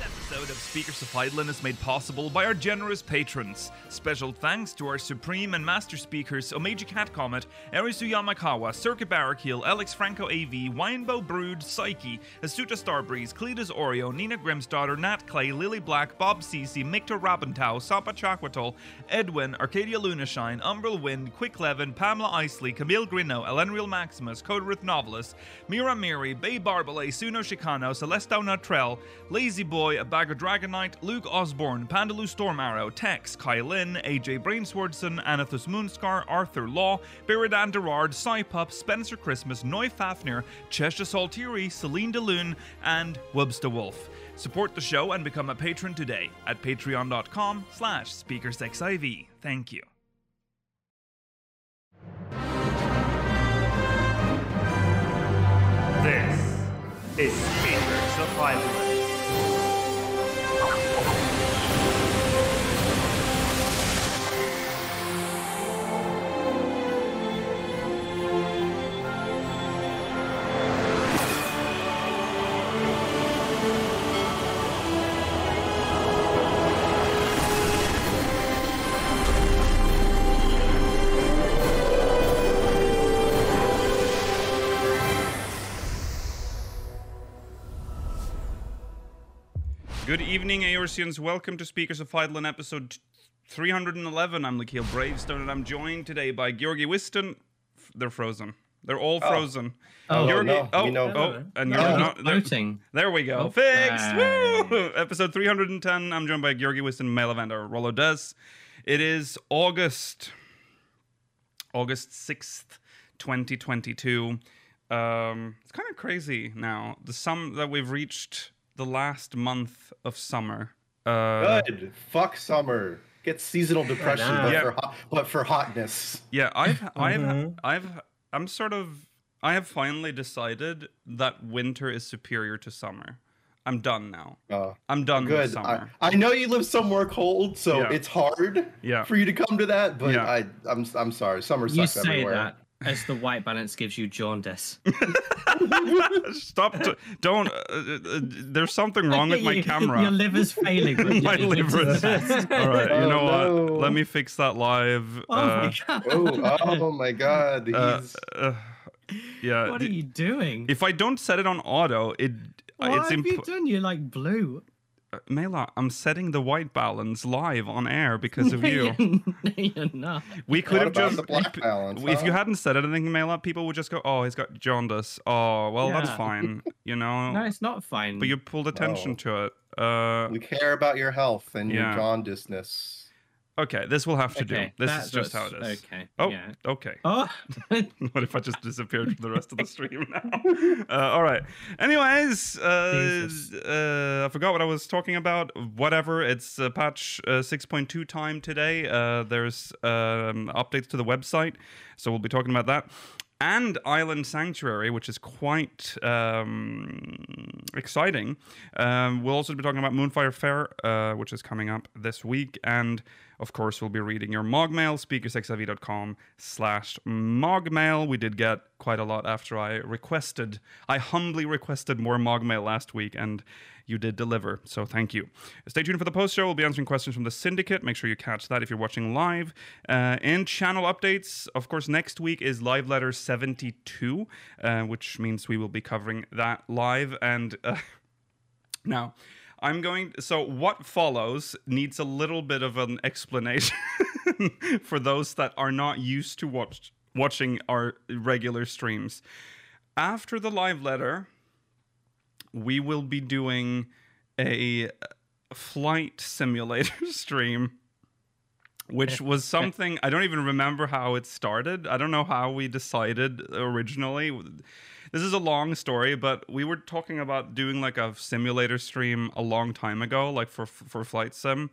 episode of Speaker Suffiedlin is made possible by our generous patrons. Special thanks to our supreme and master speakers Omeji Cat Comet, Erisu Yamakawa, Circuit Barrakill, Alex Franco AV, Winebow Brood, Psyche, Asuta Starbreeze, Cletus Oreo, Nina Grimstarter, Nat Clay, Lily Black, Bob Cece, Mictor Rabentau, Sapa Chakwatol, Edwin, Arcadia Lunashine, Umbral Wind, Quick Levin, Pamela Isley, Camille Grino, Elenriel Maximus, Coderith Novelist, Mira Miri, Bay Barbalay, Suno Chicano, Celestau Natrell, Lazy Boy, A Bag of Dragonite, Luke Osborne, Pandaloo Storm Arrow, Tex, Kylin, AJ Brainswordson, Anathus Moonscar, Arthur Law, Beridan Derard, Cypup, Spencer Christmas, Noy Fafnir, Cheshire Saltiri, Celine DeLune, and Webster Wolf. Support the show and become a patron today at patreon.com slash speakersexiv. Thank you. This is Speakers of Highland. Good evening, Aorcians. Welcome to Speakers of Fidlin, episode 311. I'm Lakeel Bravestone, and I'm joined today by Georgi Wiston. F- They're frozen. They're all frozen. Oh, Georgi, no, oh, we know. oh, and No, you're no, not. There, voting. there we go. Oh, Fixed. thanks. Woo! Episode 310. I'm joined by Georgi Wiston, Melavander Rolodes. It is August, August 6th, 2022. Um, it's kind of crazy now. The sum that we've reached the last month of summer. Uh, Good. Fuck summer. Get seasonal depression, Yeah. but, Yeah. for hot, but for hotness. Yeah, I've, Mm-hmm. I've, Mhm. I've, I'm sort of, I have finally decided that winter is superior to summer. I'm done now. Uh, I'm done with good. I, summer. I know you live somewhere cold, so Yeah. it's hard Yeah. for you to come to that. But Yeah. I, I'm, I'm sorry. Summer You sucks say everywhere. that as the white balance gives you jaundice. Stop! T- don't. Uh, uh, uh, there's something wrong with my Your- camera. Your liver's failing. but my your liver's liver is. obsessed. All right, you Oh, know no. what? Let me fix that live. Oh uh, my god! Oh, oh my god. He's, uh, uh, yeah. what d- are you doing? If I don't set it on auto, it uh, Why it's have you imp- done? You're like blue. Mela. I'm setting the white balance live on air because of No, you. you're- You're not. We could What have about just the black p- balance, If you huh? hadn't said anything, Mela, people would just go, "Oh, he's got jaundice. Oh, well, that's Yeah. fine." You know. No, it's not fine. But you pulled attention No. to it. Uh, we care about your health and Yeah. your jaundiceness. okay, this will have to okay, do. This that- is just how that's- it is. Okay. Oh, yeah. okay. Oh, what if I just disappeared from the rest of the stream now? Uh, all right. Anyways, uh, Jesus. uh, I forgot what I was talking about. Whatever. It's uh, patch uh, 6.2 time today. Uh, there's um, updates to the website, so we'll be talking about that. And Island Sanctuary, which is quite um, exciting. Um, we'll also be talking about Moonfire Fair, uh, which is coming up this week. And of course, we'll be reading your mogmail, speakersxiv.com slash mogmail. We did get quite a lot after I requested, I humbly requested more mogmail last week, and you did deliver. So thank you. Stay tuned for the post show. We'll be answering questions from the syndicate. Make sure you catch that if you're watching live. Uh, and channel updates. Of course, next week is Live Letter 72, uh, which means we will be covering that live. And. Uh, now, I'm going. So, what follows needs a little bit of an explanation for those that are not used to watch, watching our regular streams. After the live letter, we will be doing a flight simulator stream. Which was something I don't even remember how it started. I don't know how we decided originally this is a long story, but we were talking about doing like a simulator stream a long time ago, like for for flight sim,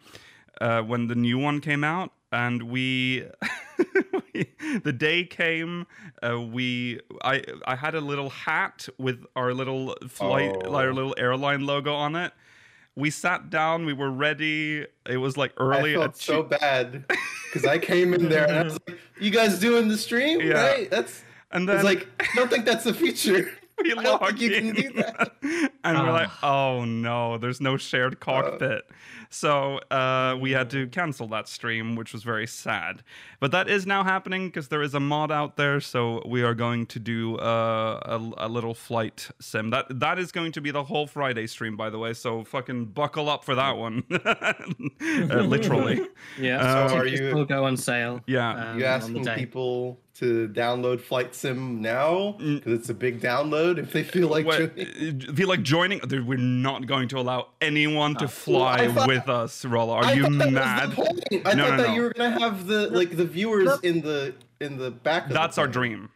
uh, when the new one came out, and we. we- The day came. Uh, we, I, I had a little hat with our little flight, Oh. our little airline logo on it. We sat down. We were ready. It was like I early. felt at so bad because I came in there and I was like, "You guys doing the stream? Yeah. Right? That's." and I then was like, "I don't think that's the feature." we I don't log think you can in. do and we're like, Ah. oh no, there's no Uh. shared cockpit. so uh, we had to cancel that stream, which was very sad. But that is now happening because there is a mod out there. So we are going to do uh, a, a little flight sim. That that is going to be the whole Friday stream, by the way. So fucking buckle up for that one, Uh, literally. Yeah. Uh, So are tickets you- will go on sale. Yeah. um, you on asking the day. people to download Flight Sim now Mm. because it's a big download if they feel like Wait, joining? uh, feel like joining. Dude, we're not going to allow anyone to fly Uh, I thought- with us, Rolla. Are I you thought that mad? Was the point. I No, thought no, that no. you were gonna have the like the viewers in the in the back. Of the That's our thing. dream,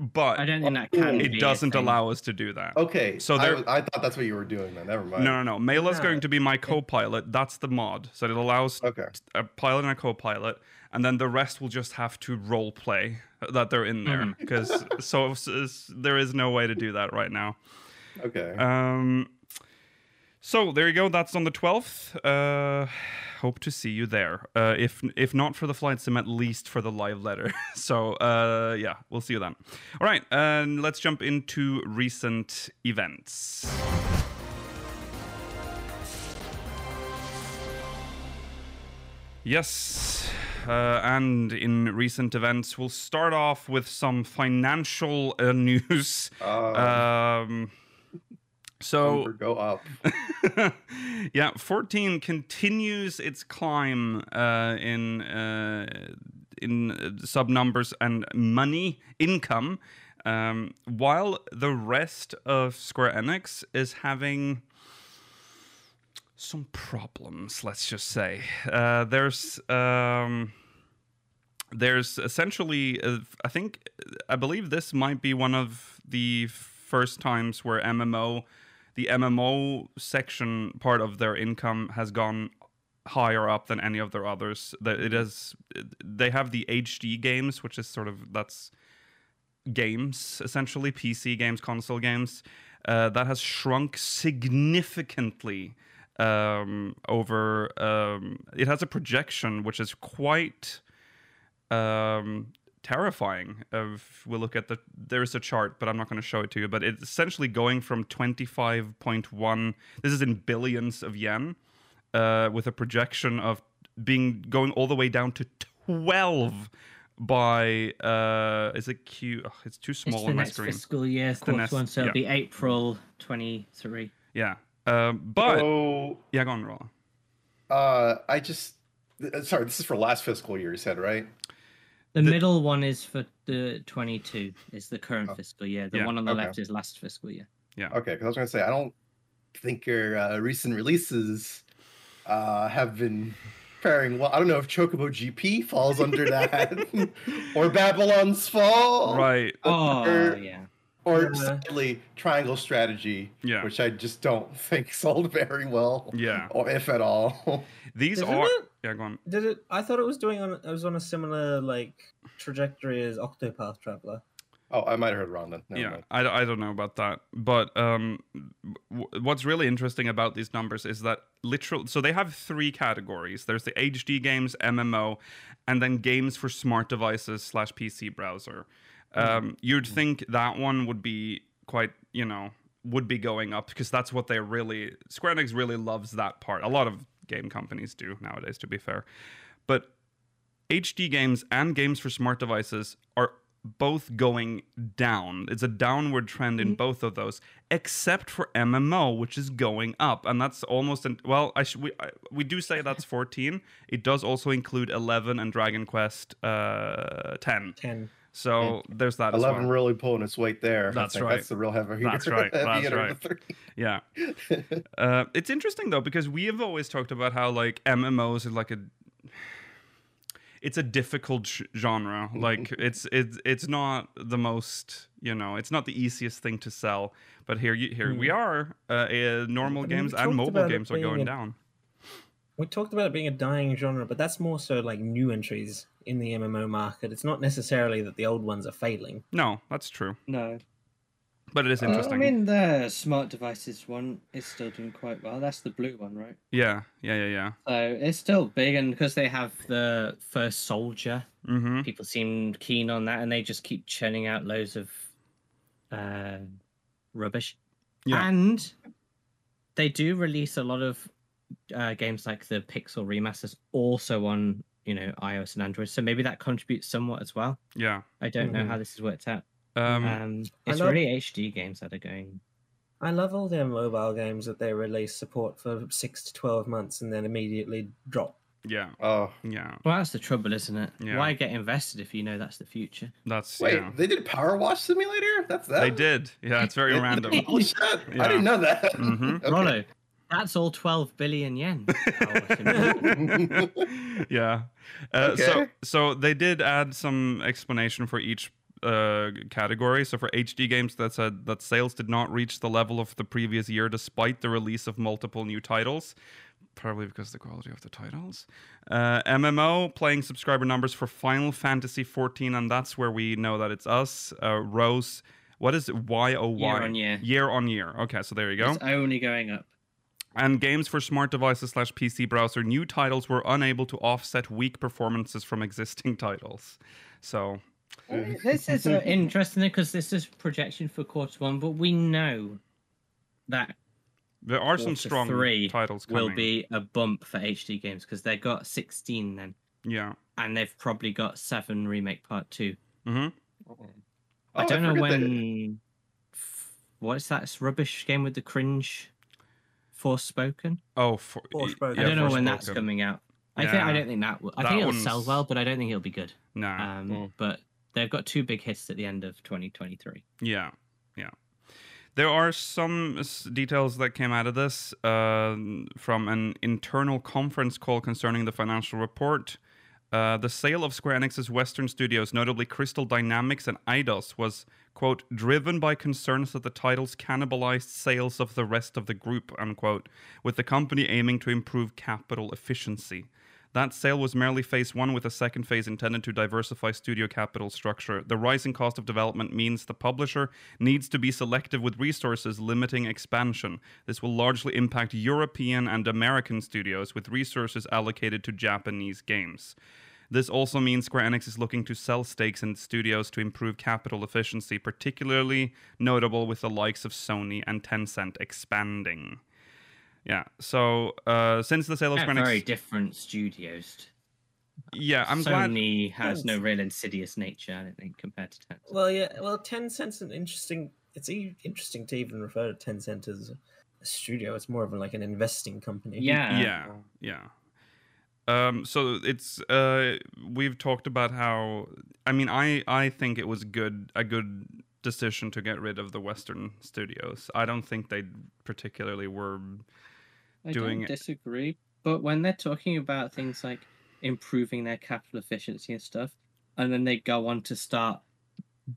I but don't think that can. be it a doesn't thing. allow us to do that. Okay, So so there- I, was- I thought that's what you were doing. Then never mind. No, no, no. Mela's Yeah. going to be my co-pilot. That's the mod. So it allows Okay. a pilot and a co-pilot, and then the rest will just have to role play that they're in there Mm-hmm. because so s- s- there is no way to do that right now. Okay. Um, so there you go. That's on the twelfth. Uh, hope to see you there. Uh, if if not for the flight sim, at least for the live letter. so uh, yeah, we'll see you then. All right, and let's jump into recent events. Yes. Uh, and in recent events, we'll start off with some financial uh, news. uh, Um, so number go up. yeah, 14 continues its climb uh, in uh, in uh, sub numbers and money income, um, while the rest of Square Enix is having some problems. Let's just say uh, there's. Um, there's essentially, uh, I think, I believe this might be one of the first times where MMO, the MMO section part of their income has gone higher up than any of their others. That it is, they have the HD games, which is sort of that's games essentially PC games, console games. Uh, that has shrunk significantly um, over. Um, it has a projection which is quite um, terrifying. Of we look at the there's a chart, but I'm not going to show it to you. But it's essentially going from 25.1. This is in billions of yen, uh, with a projection of being going all the way down to 12 by uh, is it Q? oh, it's too small It's the on my next screen. fiscal year, the quarter next- one, so yeah. it'll be April 23. Yeah. Um, but Oh. so yeah, go on, Rolla. uh, I just th- sorry. This is for last fiscal year. You said right? The, middle one is for the 22, is the current fiscal year. The Oh. Yeah, one on the okay. left is last fiscal year. Okay, because I was gonna say I don't think your uh, recent releases uh, have been faring well. I don't know if Chocobo GP falls under that, Uh, or Babylon's Fall, Right. Oh, uh, Or- yeah. Or Yeah. sadly, Triangle Strategy, Yeah. which I just don't think sold very well, Yeah. or if at all. These Isn't are. it? Yeah, go on. Did it? I thought it was doing on. It was on a similar like trajectory as Octopath Traveler. oh, I might have heard wrong then. Never yeah mind. I, d- I don't know about that but um w- what's really interesting about these numbers is that literal so they have three categories there's the hd games mmo and then games for smart devices slash pc browser Mm-hmm. um you'd think that one would be quite you know would be going up because that's what they really square enix really loves that part a lot of game companies do nowadays to be fair but HD games and games for smart devices are both going down. It's a downward trend in both of those, except for MMO, which is going up, and that's almost an, well. I, sh- we I, we do say that's fourteen. It does also include eleven and Dragon Quest uh, ten. Ten. So there's that. as Eleven well. really pulling its weight there. I That's think right. That's the real heavy hitter. That's right, heavy that's hitter of right. the three. Yeah. uh, it's interesting though because we have always talked about how like MMOs are like a it's a difficult sh- genre. Like it's it's it's not the most, you know, it's not the easiest thing to sell, but here you, here we are. Uh, uh, normal I mean, games we and talked mobile about it games are being going a- down. We talked about it being a dying genre, but that's more so like new entries in the MMO market. It's not necessarily that the old ones are failing. No, that's true. No. But it is interesting. Uh, I mean, the smart devices one is still doing quite well. That's the blue one, right? yeah, yeah, yeah, yeah. So it's still big, and because they have the first soldier, Mm-hmm. people seem keen on that, and they just keep churning out loads of uh, rubbish. Yeah. And they do release a lot of uh, games like the Pixel remasters also on you know iOS and Android, so maybe that contributes somewhat as well. Yeah. I don't know Mhm. how this has worked out. Hmm. Um, Um, I it's love- really HD games that are going. I love all their mobile games that they release support for six to twelve months and then immediately drop. yeah. Oh Yeah. Well, that's the trouble, isn't it? Yeah. Why get invested if you know that's the future? That's wait, yeah. they did Power Wash Simulator. That's that. They did. Yeah, it's very It- random. Oh shit! Yeah. I didn't know that. Mhm. Rollo, that's all 12 billion yen. yeah. Uh, So Okay. so they did add some explanation for each uh, category. So for HD games, that said that sales did not reach the level of the previous year despite the release of multiple new titles. Probably because of the quality of the titles. Uh, MMO playing subscriber numbers for Final Fantasy 14, and that's where we know that it's us. Uh, Rose, what is it? Y O Y Year on year. Year on year. Okay, so there you go It's only going up. and games for smart devices slash PC browser, new titles were unable to offset weak performances from existing titles. So This is uh, interesting because this is projection for quarter one, but we know that there are some Quarter strong three titles coming. will be a bump for HD games because they got 16 then, yeah. and they've probably got seven remake part two. hmm Oh, I don't know forget that- when. What's that rubbish game with the cringe? Forspoken. Oh, for, Forspoken. yeah, I don't know when that's Forspoken. coming out. I think I Yeah. don't think that. Will, I That think it'll sell one's- Ah, well, but I don't think it'll be good. Nah. Um, But they've got two big hits at the end of 2023. Yeah, yeah. There are some s- details that came out of this uh, from an internal conference call concerning the financial report. Uh, the sale of Square Enix's Western studios, notably Crystal Dynamics and Eidos, was quote driven by concerns that the titles cannibalized sales of the rest of the group unquote, with the company aiming to improve capital efficiency. That sale was merely phase one, with a second phase intended to diversify studio capital structure. The rising cost of development means the publisher needs to be selective with resources, limiting expansion. This will largely impact European and American studios, with resources allocated to Japanese games. This also means Square Enix is looking to sell stakes in its studios to improve capital efficiency, particularly notable with the likes of Sony and Tencent expanding. Yeah, so uh, since the sale of They're Square Enix. very different studios. Yeah, I'm glad. Sony has no Yes. real insidious nature, I don't think, compared to Tencent. Well, yeah. Well, Ten Cent's an interesting. It's e- interesting to even refer to Ten Cent as a studio. It's more of like an investing company. yeah. Yeah, Oh, yeah. Um, so it's uh, we've talked about how I mean I I think it was good a good decision to get rid of the Western studios. I don't think they particularly were. I doing it. don't disagree, but when they're talking about things like improving their capital efficiency and stuff, and then they go on to start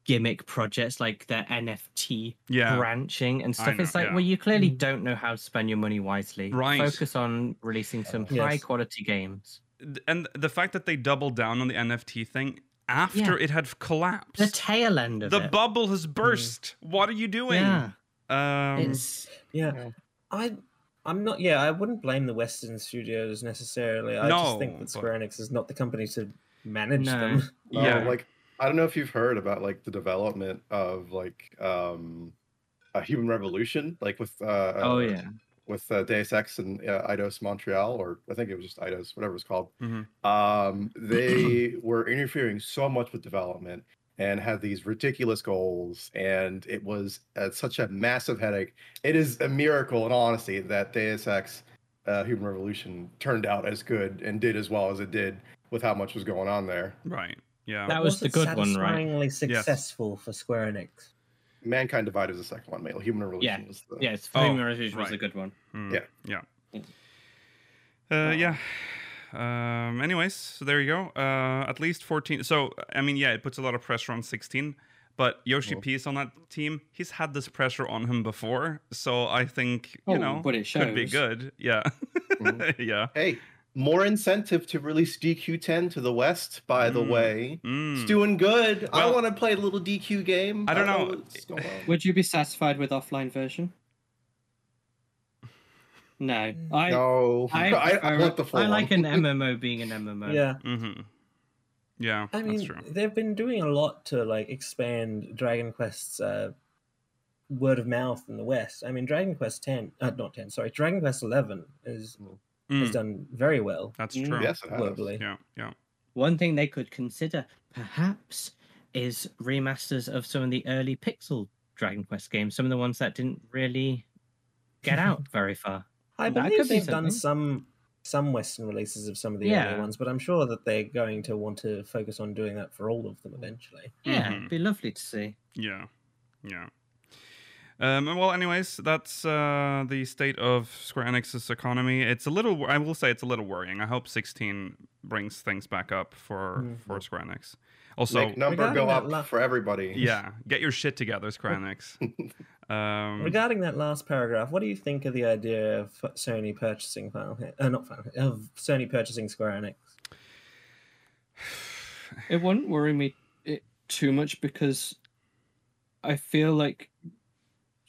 gimmick projects like their NFT Yeah, branching and I stuff, know, it's like, yeah. well, you clearly Mm. don't know how to spend your money wisely. Right. Focus on releasing some Yes. high quality games. and the fact that they doubled down on the NFT thing after it had The collapsed, tail end of the it. Mm. bubble has burst. What are you doing? Yeah, Um, it's Yeah. Yeah. I I'm not yeah, I wouldn't blame the Western studios necessarily. I just think No, that but- Square Enix is not the company to manage No. them. Oh, yeah, like I don't know if you've heard about like the development of like um a human revolution, like with uh oh uh, yeah, with uh, Deus Ex and uh, Eidos Montreal, or I think it was just Eidos, whatever it's called. Mhm. Um, they were interfering so much with development and had these ridiculous goals, and it was uh, such a massive headache. It is a miracle, in all honesty, that Deus Ex uh, Human Revolution turned out as good and did as well as it did with how much was going on there. right. Yeah, That was the good one, right? Satisfyingly successful for Square Enix. Mankind Divided is the second one. mate. Human Revolution was the yeah. It's Oh, Flaming Revolution was right. a good one. Mm, Yeah. Yeah. Yeah. Uh, yeah. Um, anyways, so there you go. Uh, at least 14. So, I mean, yeah, it puts a lot of pressure on 16. But Yoshi Mhm. P is on that team. He's had this pressure on him before. So I think, you Oh, know, but it could be shows. good. Yeah. Mhm. yeah. Hey, more incentive to release DQ10 to the West, by the Mm. way. Mm. It's doing good. I Well- want to play a little DQ game. Uh, I don't know. what's going on. Would you be satisfied with offline version? No, I no, I, I, I, prefer- want the full I like one. an MMO being an MMO. Yeah. hmm Yeah. I that's mean true. they've been doing a lot to like expand Dragon Quest's uh word of mouth in the West. I mean, Dragon Quest ten, uh, not ten, sorry, Dragon Quest eleven is has Hmm. Mm, done very well that's Mm. true. Yes, it has. globally. Yeah, yeah. One thing they could consider, perhaps, is remasters of some of the early pixel Dragon Quest games, some of the ones that didn't really get out very far. I That believe could be they've done something. some some Western releases of some of the Yeah. earlier ones, but I'm sure that they're going to want to focus on doing that for all of them eventually. Yeah, Mhm. it'd be lovely to see. Yeah, yeah. Um, well, anyways, that's uh, the state of Square Enix's economy. It's a little. I will say it's a little worrying. I hope 16 brings things back up for Mhm. for Square Enix. Also, Make number Regarding go that up la- for everybody. yeah, get your shit together, Square Enix. Hmm. Um, Regarding that last paragraph, what do you think of the idea of Sony purchasing Final, Hen- uh, not Final, Hen- of Sony purchasing Square Enix? It wouldn't worry me it too much because I feel like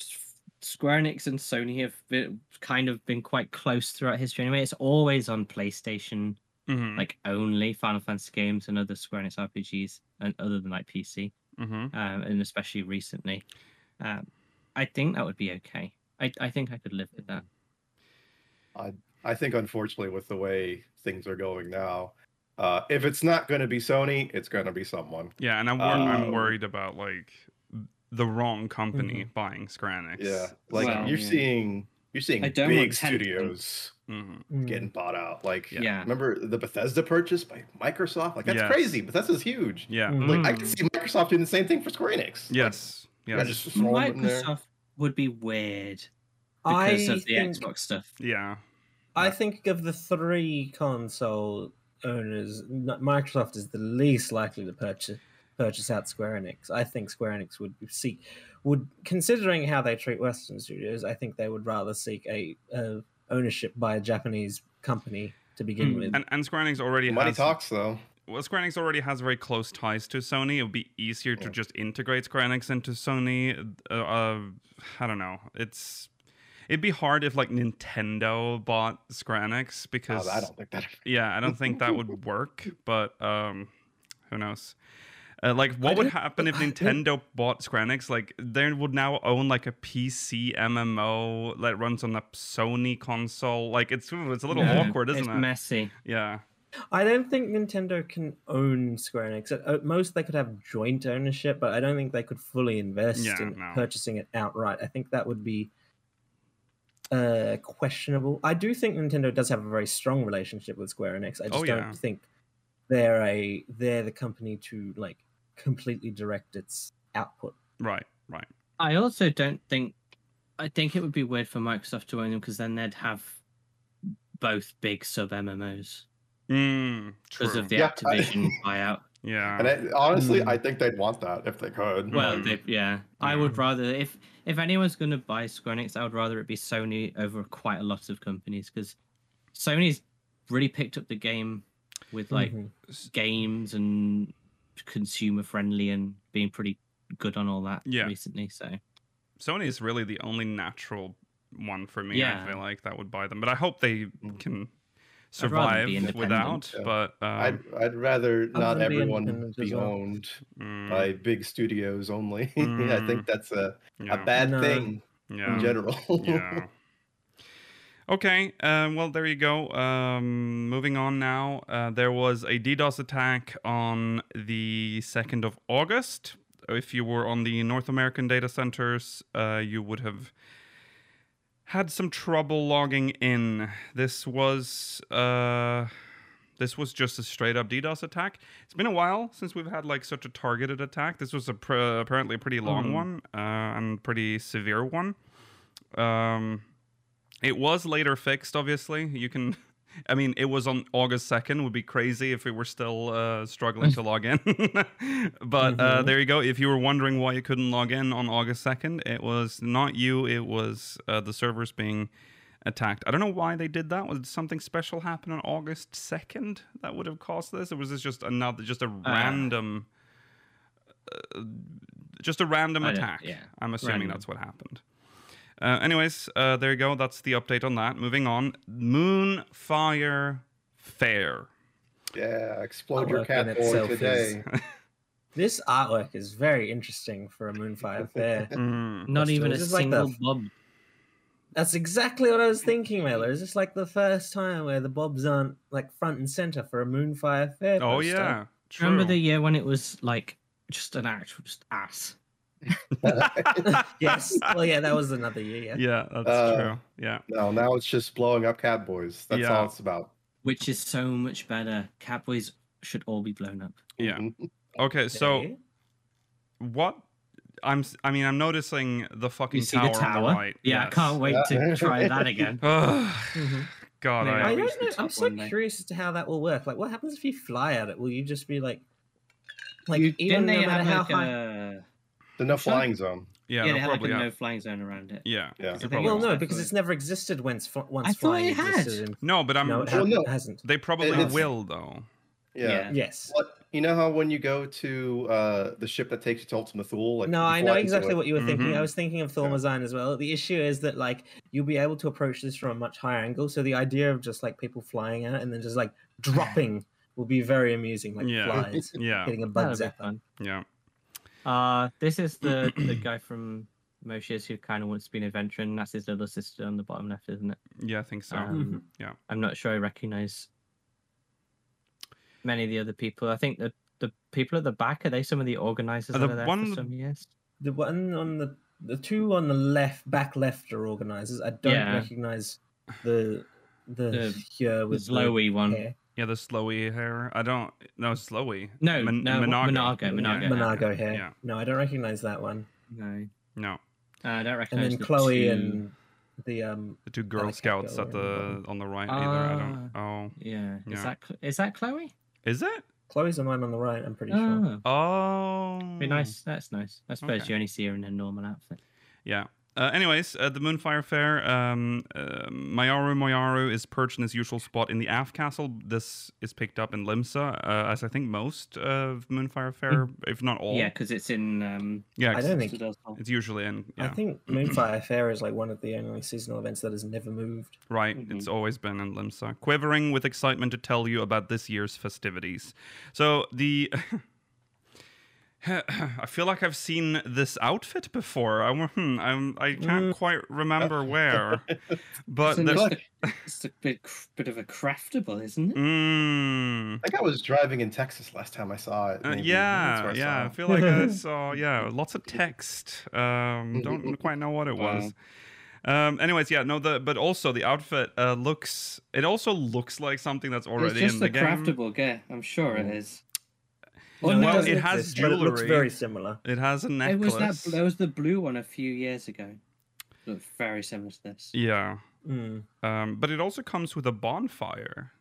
S- Square Enix and Sony have been, kind of been quite close throughout history. Anyway, it's always on PlayStation mhm, like only Final Fantasy games and other Square Enix RPGs, and other than like PC, mhm. um, and especially recently. Um, I think that would be okay. I, I think I could live with that. I think unfortunately with the way things are going now, uh, if it's not going to be Sony, it's going to be someone. Yeah, and I'm, wor- I'm Um, worried about like the wrong company buying Square Enix. mm-hmm. Yeah, like Well, you're yeah. seeing you're seeing I don't big want Tencent. studios Mhm. getting bought out. Like Yeah. Mm. Yeah. remember the Bethesda purchase by Microsoft? Like that's Yes. crazy. Bethesda's huge. Yeah. Mm-hmm. Mm. Like I can see Microsoft doing the same thing for Square Enix. Like, Yes. yeah, Yes. just throw 'em in there. Microsoft would be weird I because of the think, Xbox stuff. Yeah. I think of the three console owners, n- Microsoft is the least likely to purchase purchase out Square Enix. I think Square Enix would seek would considering how they treat Western studios. I think they would rather seek a, uh ownership by a Japanese company to begin Mm. with. And, and Square Enix already Money has talks though. well, Square Enix already has very close ties to Sony. It would be easier to Yeah. just integrate Square Enix into Sony. Uh, uh, I don't know. It's it'd be hard if like Nintendo bought Square Enix Oh, because I don't think that. yeah, I don't think that would work. But um, who knows? Uh, like, what would don't- happen if I don't- Nintendo bought Square Enix? Like, they would now own like a PC MMO that runs on a Sony console. Like, it's ooh, it's a little No, awkward, isn't it's it? messy. yeah. I don't think Nintendo can own Square Enix. At- At most, they could have joint ownership, but I don't think they could fully invest Yeah, in no. purchasing it outright. I think that would be uh, questionable. I do think Nintendo does have a very strong relationship with Square Enix. I just Oh, yeah. don't think they're a they're the company to like completely direct its output. Right. Right. I also don't think. I think it would be weird for Microsoft to own them because then they'd have both big sub MMOs Mm, because true. of the Yeah, I- Activision buyout. yeah. And I, honestly, Mm. I think they'd want that if they could. Well, um, Mm. they, yeah, I would rather if if anyone's going to buy Square Enix, I would rather it be Sony over quite a lot of companies because Sony's really picked up the game with like Mhm. games and consumer friendly and being pretty good on all that Yeah. recently. So Sony is really the only natural one for me. I Yeah. feel like that would buy them, but I hope they can I'd rather survive be without. independent. But I'd, um, I'd rather not wouldn't be everyone independent as be well. owned mm, by big studios only. I Mm. think that's a, yeah, a bad No. thing in yeah, general. yeah. Okay, um, well, there you go. Um, moving on now. Uh, there was a DDoS attack on the 2nd of August. If you were on the North American data centers, uh, you would have had some trouble logging in. This was uh, this was just a straight up DDoS attack. It's been a while since we've had like such a targeted attack. This was a pr- apparently a pretty long Mhm. one uh, and pretty severe one. Um, it was later fixed. Obviously, you can. I mean, it was on August second. Would be crazy if we were still uh, struggling to log in. but uh, Mhm. Mm-hmm. there you go. If you were wondering why you couldn't log in on August second, it was not you. It was uh, the servers being attacked. I don't know why they did that. Was something special happen on August second that would have caused this, or was this just another, just a random, uh, just a random I don't- attack? yeah, I'm assuming random. that's what happened. Uh, anyways, uh, there you go. That's the update on that. Moving on, Moonfire Fair. Yeah, explode I'll your work on cat it boy selfies. today. This artwork is very interesting for a Moonfire Fair. Mm. Not That's even true. a This is like single the- bob. That's exactly what I was thinking, Mailer. Is this like the first time where the bobs aren't like front and center for a Moonfire Fair? Oh poster? yeah, true. Remember the year when it was like just an actual just ass? Yes. well, yeah, that was another year. Yeah. Yeah, that's Uh, true. Yeah. No, now it's just blowing up cat boys. That's Yeah. all it's about. which is so much better. Catboys should all be blown up. Yeah. Mhm. Okay, so Okay. what I'm s- I mean, I'm noticing the fucking You see tower, the on tower? the right. Yeah, I yes. can't wait Yeah. to try that again. Ugh, God, Maybe I, Mm-hmm. I reach don't the know. I'm top so one day. curious as to how that will work. Like, what happens if you fly at it? Will you just be like, like You- didn't even no they matter have how like high? a There's no Sure. flying zone. yeah, yeah, no, they have like a probably, yeah. no flying zone around it. yeah. Yeah. they Because I think it well, probably was no, like because the- it's never existed once fl- once I thought flying it had. existed. in- Um, No, but I'm no, it, Well, hasn't, no. it hasn't. they probably it's- will though. Yeah. Yeah. Yes. What you know how when you go to uh the ship that takes you to Ultima Thule? Like no, you I fly know into exactly it. what you were thinking. Mm-hmm. Mhm. I was thinking of Thormazine as well. The issue is that like you'll be able to approach this from a much higher angle. So the idea of just like people flying out and then just like dropping will be very amusing, like Yeah. flies Yeah. getting a bug That'd be zap. fun. Yeah. Uh, this is the the guy from Moshe's who kind of wants to be an adventurer, and that's his little sister on the bottom left, isn't it? Yeah, I think so. Um, Yeah. I'm not sure I recognize many of the other people. I think the the people at the back are they some of the organizers Are that the are there one- for some years. The one on the the two on the left, back left, are organizers. I don't Yeah. recognize the the, The- here The with the Zoe one. hair. yeah, the slowy hair. I don't no slowy. No, Min- no, what- Monago. Monago, Monago. Yeah. hair. Monago hair. Yeah. No, I don't recognize that one. No, No. uh, I don't And recognize. then the Chloe two- and the um The two Girl like that Scouts girl at in the the on the right either. I don't Ah. oh. Yeah, Yeah. is that Cl- is that Chloe? Is it? Chloe's the one on the right. I'm pretty sure. Oh, Oh be nice. That's nice. I suppose Okay. you only see her in her normal outfit. Yeah. Uh, anyways, at the Moonfire Fair, um, uh, Mayaru Moyaru is perched in his usual spot in the aft castle. This is picked up in Limsa, uh, as I think most of Moonfire Fair, if not all. Mm. Yeah, because it's in. Um, Yeah, I it's, don't think. Citadel Hall. it's usually in. Yeah. I think Moonfire Fair is like one of the only seasonal events that has never moved. Right, Mm-hmm. it's always been in Limsa. Quivering with excitement to tell you about this year's festivities. So the. I feel like I've seen this outfit before. I, hmm, I'm, I can't Mm. quite remember where, but Isn't the- this Look. the- it's a bit, bit of a craftable, isn't it? Mm. I think I was driving in Texas last time I saw it. Uh, maybe. That's yeah, where I yeah. saw I it. feel like I saw yeah, lots of text. Um, don't quite know what it Wow. was. Um, anyways, yeah, no, the but also the outfit uh, looks. It also looks like something that's it's already just in the a game. craftable gear. I'm sure it is. No, Oh, it no, well, doesn't it has exist, but It looks jewelry. very similar. It has a It necklace. was that. There was the blue one a few years ago. Looked very similar to this. Yeah, Mm. um, but it also comes with a bonfire,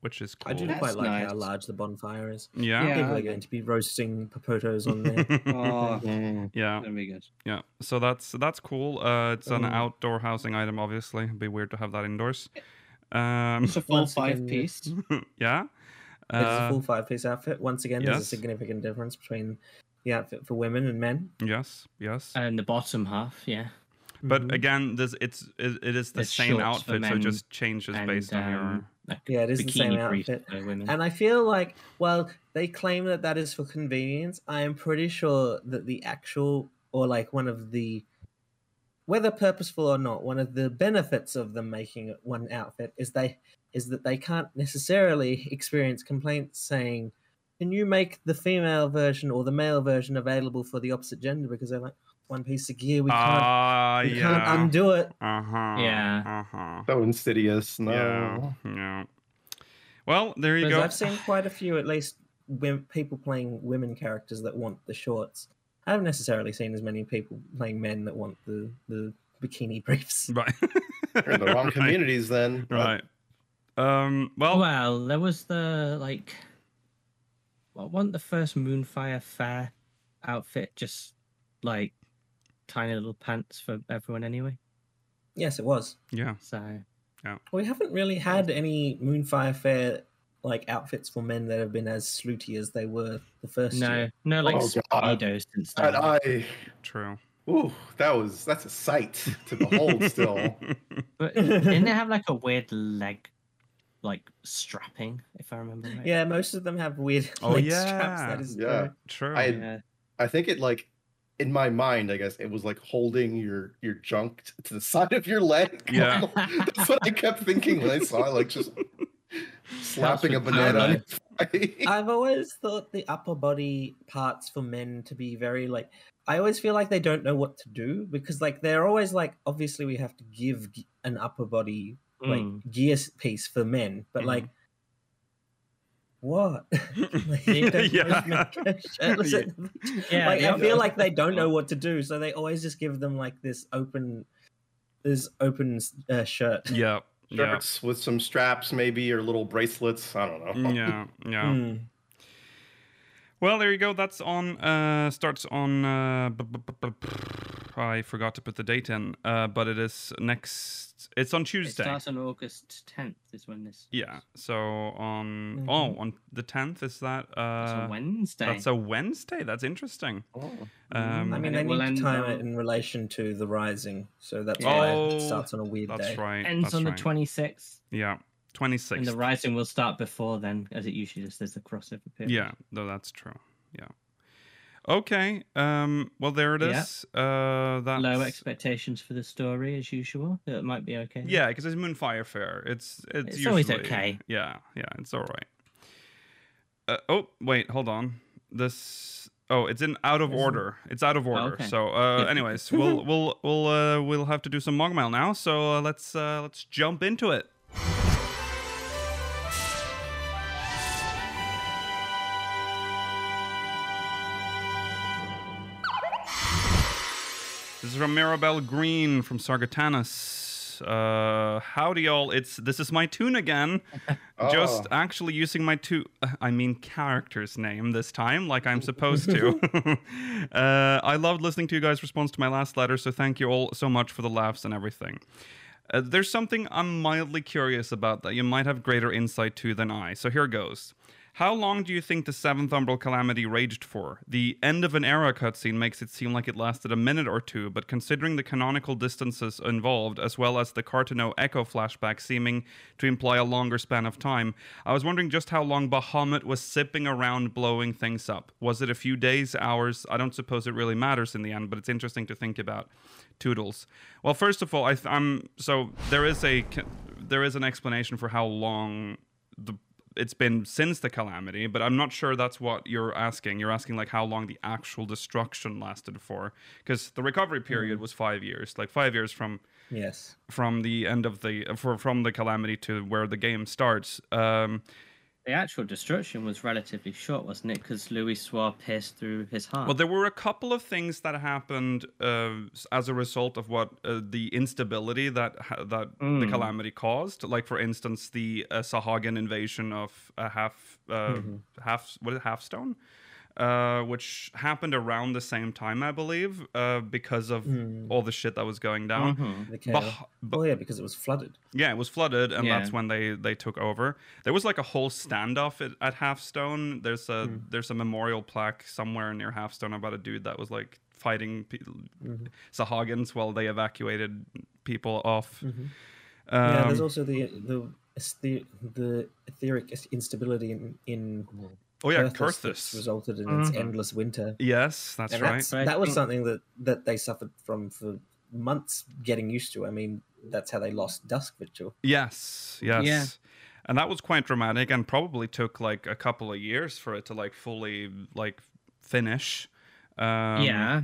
which is cool. I do That's quite like how nice. large the bonfire is. Yeah, People are Yeah. going to be roasting popotos on there. Oh, yeah. that'd be good. Yeah, so that's that's cool. Uh, it's Oh. an Mm. outdoor housing item, obviously. It'd be weird to have that indoors. Um, It's a full Once again, five piece. yeah. It's a Uh, full five piece outfit. Once again, there's a yes. significant difference between the outfit for women and men. yes, yes. And the bottom half, yeah. but Mhm. again, this it's it, it is the mm-hmm. It's same shorts for outfit, so it men just changes and, based on your. um, like yeah, it is the same bikini briefs outfit. for women. Mm-hmm. And I feel like, well, they claim that that is for convenience. I am pretty sure that the actual, or like one of the, whether purposeful or not, one of the benefits of them making one outfit is they is that they can't necessarily experience complaints saying, "Can you make the female version or the male version available for the opposite gender?" Because they're like, one piece of gear, we can't, Ah, we yeah. can't undo it. uh huh. Yeah. Uh huh. So insidious. No. Yeah. Yeah. Well, there you Because go. I've seen quite a few, at least, wom- people playing women characters that want the shorts. I haven't necessarily seen as many people playing men that want the, the bikini briefs. Right. You're in the wrong Right, communities then. but- Right. Um. Well. well, there was the like, well, wasn't the first Moonfire Fair outfit just like tiny little pants for everyone anyway? Yes, it was. Yeah. So We haven't really had any Moonfire Fair like outfits for men that have been as slooty as they were the first no, year. no like Oh, God. speedos since then. And I, True. ooh, that was that's a sight to behold. Still, But didn't they have like a weird leg like strapping, if I remember right. Yeah, most of them have weird Oh, like, straps. yeah. That is Yeah. true. True. I- Yeah. I think it like in my mind, I guess it was like holding your your junk t- to the side of your leg. Yeah. that's what I kept thinking when I saw it, like just slapping a Helps with banana. on your face. I've always thought the upper body parts for men to be very like. I always feel like they don't know what to do because like they're always like obviously we have to give g- an upper body like Mm. gear s- piece for men, but Mhm. like what? Like, they don't always yeah. make a shirtless Yeah. at the beach. Yeah, like, the I feel upper- like they don't know what to do, so they always just give them like this open, this open uh, shirt. Yeah. Yeah. Shirts with some straps, maybe, or little bracelets. I don't know. Mm, Yeah. Yeah. Hmm. Well, there you go. That's on. Uh, starts on. Uh, b- b- b- b- I forgot to put the date in, uh, but it is next. It's on It Tuesday. starts on August 10th, is when this. Yeah. So on. Mhm. Oh, on the tenth is that. Uh, It's a Wednesday. That's a Wednesday. That's interesting. Oh. Um, I mean, And they it will need end to time on- it in relation to the rising, so that's why Oh, it starts on a weird That's day. right. Ends that's on right. the 26th, Yeah. and the 26th. rising will start before then, as it usually does. There's a crossover period. Yeah, no, that's true. Yeah. Okay. Um. Well, there it Yeah. is. Uh. That's Low expectations for the story, as usual. so It might be okay. Yeah, because it's Moonfire Fair. It's it's, It's always usually- okay. Yeah, yeah, it's all right. Uh, oh wait, hold on. This oh, it's in out of Isn't it? order. It's out of order. Oh, okay. So, uh, anyways, we'll we'll we'll uh, we'll have to do some Mogmail now. So uh, let's uh, let's jump into it. This is from Mirabel Green from Sargatanus. Uh, howdy y'all! It's this is my tune again. Just actually using my two, uh, I mean character's name this time, like I'm supposed to. uh, I loved listening to you guys' response to my last letter, so thank you all so much for the laughs and everything. Uh, there's something I'm mildly curious about that you might have greater insight to than I. So here goes. How long do you think the seventh umbral calamity raged for? The end of an era cutscene makes it seem like it lasted a minute or two, but considering the canonical distances involved, as well as the Cartano Echo flashback seeming to imply a longer span of time, I was wondering just how long Bahamut was sipping around blowing things up. Was it a few days, hours? I don't suppose it really matters in the end, but it's interesting to think about. Toodles. Well, first of all, I th- I'm so there is a c- there is an explanation for how long the it's been since the calamity, but I'm not sure that's what you're asking. You're asking like how long the actual destruction lasted for, because the recovery period was five years, like five years from Yes. from the end of the for, from the calamity to where the game starts. Um, The actual destruction was relatively short, wasn't it? Because Louis Soir pierced through his heart. Well, there were a couple of things that happened uh, s- as a result of what uh, the instability that ha- that the Mm. calamity caused. Like, for instance, the uh, Sahagin invasion of a half uh, Mm-hmm. half what is it, half stone, uh, which happened around the same time, I believe, uh, because of Mm. all the shit that was going down. Mhm. The Bah- chaos. Bah- Oh yeah, because it was flooded. yeah, it was flooded, and Yeah. that's when they they took over. There was like a whole standoff at, at Halfstone. There's a Mm. there's a memorial plaque somewhere near Halfstone about a dude that was like fighting pe- Mhm. Sahagins while they evacuated people off. Mhm. Um, yeah, there's also the the the, the etheric instability in in oh yeah, Kurthus that's Kurthus. resulted in its Mhm. endless winter. Yes, that's and right. that's, Right. that was something that that they suffered from for months getting used to. I mean, that's how they lost Dusk Vigil. Yes, yes. And that was quite dramatic and probably took like a couple of years for it to like fully like finish. Um, yeah.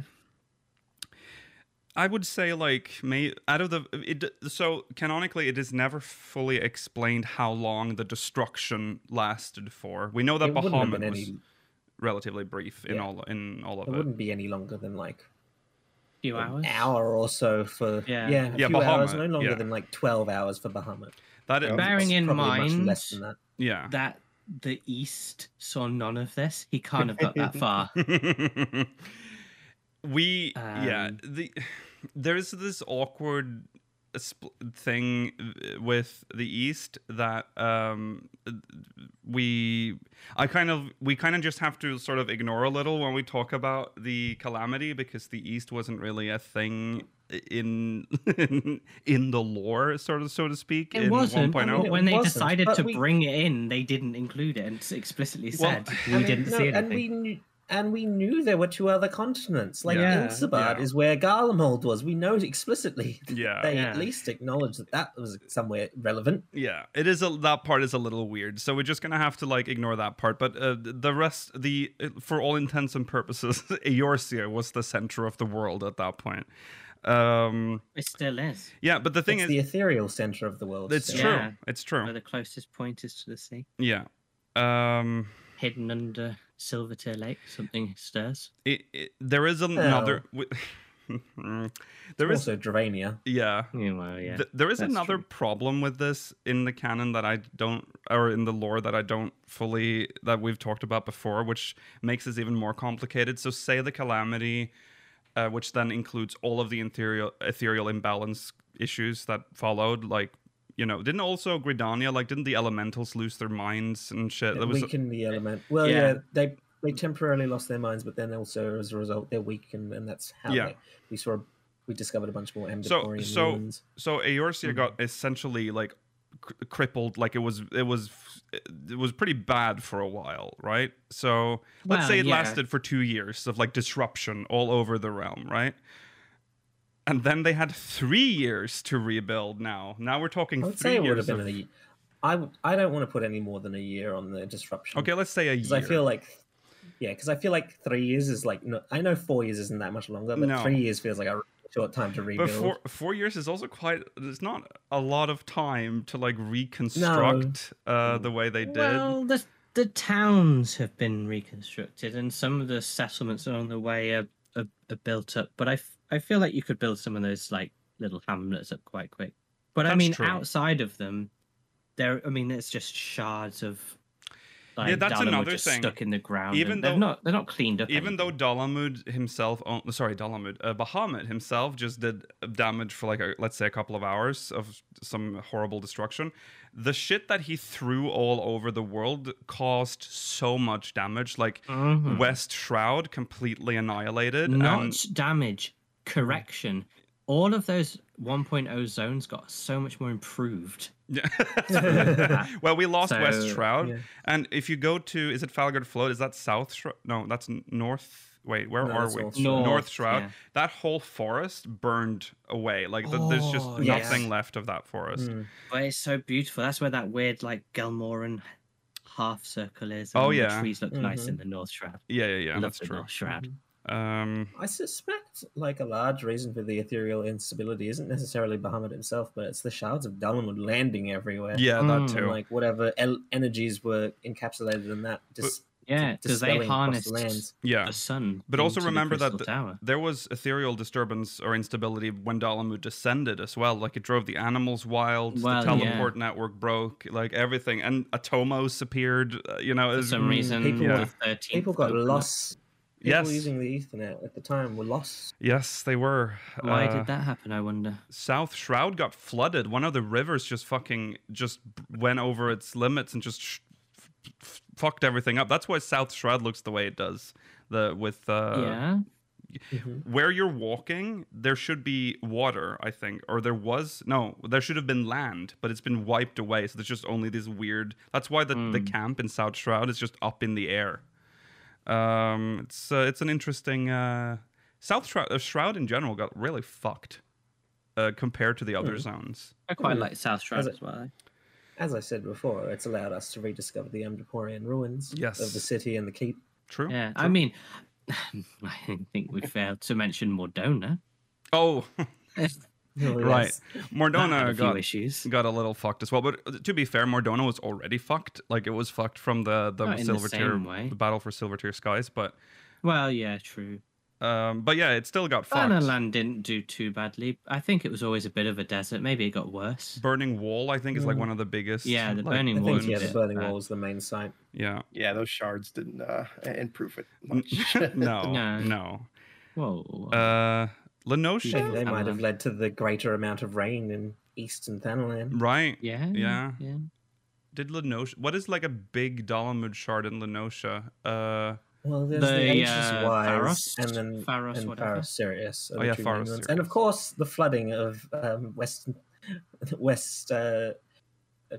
I would say like may out of the it, so canonically it is never fully explained how long the destruction lasted for. We know that it wouldn't have been Bahamut any. was relatively brief in Yeah. all in all of It it. wouldn't be any longer than like few hours. an hour or so for Yeah. yeah, a Yeah, few hours, Bahamut, no longer yeah. than like twelve hours for Bahamut. That is, Yeah. Bearing in Probably much mind less than that. yeah. that the East saw none of this, he can't have got that far. we yeah Um, the there's this awkward a spl- thing uh, with the East that um, we I kind of we kind of just have to sort of ignore a little when we talk about the calamity because the East wasn't really a thing in in, the lore sort of so to speak It in oh. wasn't. 1.0 but when they It wasn't, decided but to we- bring it in, they didn't include it and explicitly Well, said I we mean, didn't no, see and we anything. knew, and we knew there were two other continents. Like Yeah. yeah, Yeah. is where Garlemald was. We know explicitly. yeah They Yeah. at least acknowledged that that was somewhere relevant. yeah it is a that part is a little weird so we're just gonna have to like ignore that part but uh, th- the rest the uh, for all intents and purposes eorzea was the center of the world at that point um It still is. yeah but the thing is it's the ethereal center of the world. it's still. true Yeah. it's true Where the closest point is to the sea, yeah um hidden under Silvertear Lake, something stirs. it, it, there is another w- there is also Dravania. yeah Yeah, well, Uh, yeah. Th- there is that's another true. problem with this in the canon that I don't, or in the lore that I don't fully, that we've talked about before, which makes this even more complicated. So, say the calamity, uh, which then includes all of the ethereal, ethereal imbalance issues that followed, like, you know, didn't also Gridania, like, didn't the elementals lose their minds and shit? There It was, weakened the element. Well, Yeah. yeah. they they temporarily lost their minds, but then also as a result they're weakened, and that's how Yeah. they, we saw. We discovered a bunch more So- Amdorian so- ruins. so Eorzea Mm-hmm. got essentially like cr- crippled, like it was, it was, it was pretty bad for a while, right? So let's Well, say it yeah. lasted for two years of like disruption all over the realm, right? And then they had three years to rebuild. Now, now we're talking I would three say it would have years. been of- a. I w- I don't want to put any more than a year on the disruption. okay, let's say a because year. I feel like, yeah, because I feel like three years is like no, I know four years isn't that much longer, but No. three years feels like a short time to rebuild. but four, four years is also quite. There's not a lot of time to like reconstruct uh, the way they did. Well, the the towns have been reconstructed, and some of the settlements along the way are, are, are built up. But I, f- I feel like you could build some of those like little hamlets up quite quick. But I That's mean, true. outside of them, there. I mean, it's just shards of. Like, that's Dalamud another just thing. Stuck in the ground. Even Even though- they're not, they're not cleaned up. Even though Dalamud himself, own- sorry, Dalamud, uh, Bahamut himself just did damage for like, a, let's say, a couple of hours of some horrible destruction, the shit that he threw all over the world caused so much damage. Like, Mhm. West Shroud completely annihilated. not and- Mm-hmm. damage correction. All of those 1.0 zones got so much more improved. Yeah. well, we lost So, West Shroud. yeah. And if you go to, is it Falgard Float? Is that South Shroud? No, that's n- North. Wait, where No, are that's we? North Shroud. North, Shroud. yeah. That whole forest burned away. Like, th- there's just Oh, yes. nothing left of that forest. Mm. But it's so beautiful. That's where that weird like Gelmoran half circle is. Oh, and yeah. the trees look nice Mhm. in the North Shroud. Yeah, yeah, yeah. I love that's the true. North Shroud. Um, I suspect like a large reason for the ethereal instability isn't necessarily Bahamut himself, but it's the shards of Dalamud landing everywhere. yeah, that Mm. too. And like whatever el- energies were encapsulated in that, just Yeah, because they dispelling across harnessed the lands. yeah. the sun. But also into the remember that Crystal the- tower. There was ethereal disturbance or instability when Dalamud descended as well. Like it drove the animals wild, Well, the yeah. teleport network broke, like everything. And Atomos appeared, uh, you know. for it's- some reason people Yeah. the 13th People got opened up. lost. People Yes. using the Ethernet at the time were lost. Yes, they were. Why Uh, did that happen? I wonder. South Shroud got flooded. One of the rivers just fucking just went over its limits and just sh- f- f- fucked everything up. That's why South Shroud looks the way it does. The with uh, yeah, where you're walking, there should be water, I think, or there was no, there should have been land, but it's been wiped away. So there's just only this weird. That's why the Hmm. the camp in South Shroud is just up in the air. Um, it's uh, it's an interesting uh, South Shroud, uh, Shroud in general got really fucked uh, compared to the other zones. I quite Hmm. like South Shroud As a- as well. As I said before, it's allowed us to rediscover the Amdaporian ruins Yes. of the city and the keep. True. Yeah, I mean, I think we failed to mention Mordona. Oh, Oh, right. yes. That had Mordona a few got issues. got a little fucked as well. But uh, to be fair, Mordona was already fucked. Like it was fucked from the the Not Oh, in the silver tier, same way. the battle for silver tier skies, but. Well, yeah, true. Um, but yeah, it still got fucked. Bannerland didn't do too badly. I think it was always a bit of a desert. Maybe it got worse. Burning Wall, I think, is like Mm. one of the biggest. Yeah, the like, Burning I Wall think ones. is yeah, a the bit Burning bad. Wall is the main site. Yeah. Yeah, those shards didn't uh, improve it much. no, No. no. Whoa. Uh, They, Lenosha? they might have Thanalan. led to the greater amount of rain in Eastern Thanalan. Right. Yeah. Yeah. Yeah. Did Lenosha? What is like a big Dalamud shard in Lenosha? Uh, Well, there's The, the, Anxious uh, Wives Pharos- and then Pharos, and whatever. Pharos Sirius. are Oh, the yeah, two main Pharos ones. And of Sirius. course, the flooding of um, West West uh, uh,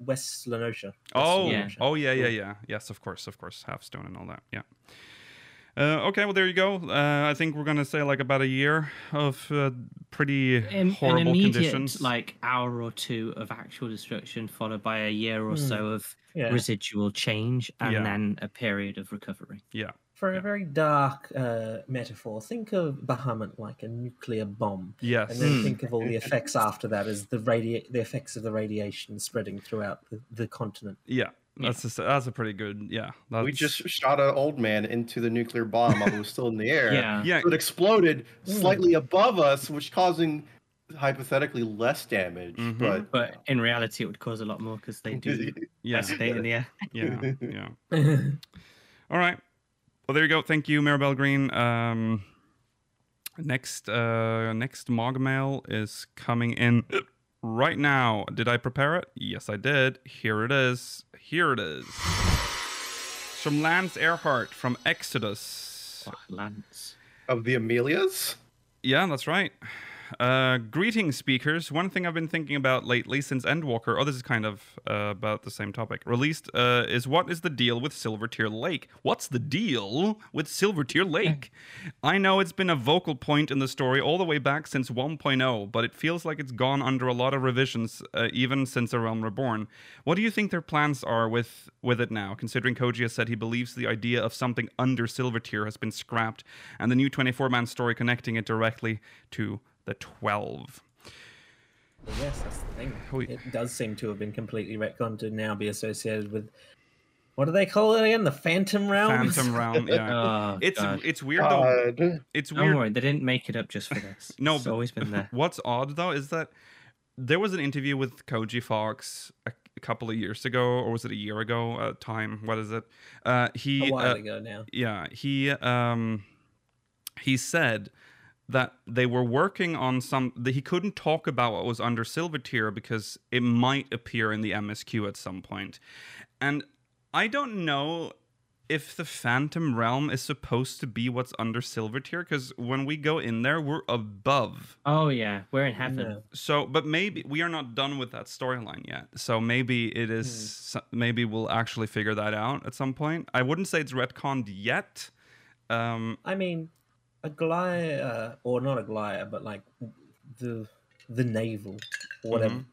West Lenosha. West oh, Yeah. Lenosha. oh yeah, yeah, Cool. yeah. Yes, of course, of course. Half stone and all that. Yeah. Uh, okay, well there you go. Uh, I think we're gonna say like about a year of uh, pretty Im- an horrible immediate conditions. like hour or two of actual destruction, followed by a year or Hmm. so of yeah. residual change, and Yeah. then a period of recovery. yeah. For Yeah. a very dark uh, metaphor, think of Bahamut like a nuclear bomb, Yes. and then Hmm. think of all the effects after that as the radia- the effects of the radiation spreading throughout the, the continent. Yeah. That's a, that's a pretty good. Yeah. That's, We just shot an old man into the nuclear bomb while it was still in the air. Yeah. Yeah. Hmm. So it exploded Mm. slightly above us, which causing hypothetically less damage. Mhm. But, But in reality, it would cause a lot more because they do Yeah. stay in the air. Yeah. Yeah. Thank All right. Well, there you go. Thank you, Maribel Green. Um, next, uh, next Mog Mail is coming in right now. Did I prepare it? Yes, I did. Here it is. Here it is. It's From Lance Earhart from Exodus. Oh, Lance. of the Amelias? Yeah, that's right. Uh, greetings, speakers. One thing I've been thinking about lately since Endwalker, oh, this is kind of uh, about the same topic, released, uh, is what is the deal with Silver Tier Lake? What's the deal with Silver Tier Lake? I know it's been a vocal point in the story all the way back since 1.0, oh, but it feels like it's gone under a lot of revisions, uh, even since A Realm Reborn. What do you think their plans are with, with it now, considering Koji has said he believes the idea of something under Silver Tier has been scrapped, and the new 24 man story connecting it directly to the 12? Well, Yes, that's the thing. We- It does seem to have been completely retconned to now be associated with what do they call it again? The Phantom Realm. Phantom Realm, yeah. Oh, It's God. it's weird though. God. It's Don't weird. worry, they didn't make it up just for this. No, it's but- always been there. What's odd though is that there was an interview with Koji Fox a, a couple of years ago, or was it a year ago? Uh, time, what is it? Uh, he A while uh, ago now. yeah he um he said that they were working on some that he couldn't talk about what was under silver tier because it might appear in the msq at some point and i don't know if the phantom realm is supposed to be what's under silver tier because when we go in there we're above Oh yeah, we're in heaven. No. so but maybe we are not done with that storyline yet so maybe it is Hmm. so- maybe we'll actually figure that out at some point i wouldn't say it's retconned yet um I mean, Aglaia, or not Aglaia, but like the the navel, whatever, Mhm.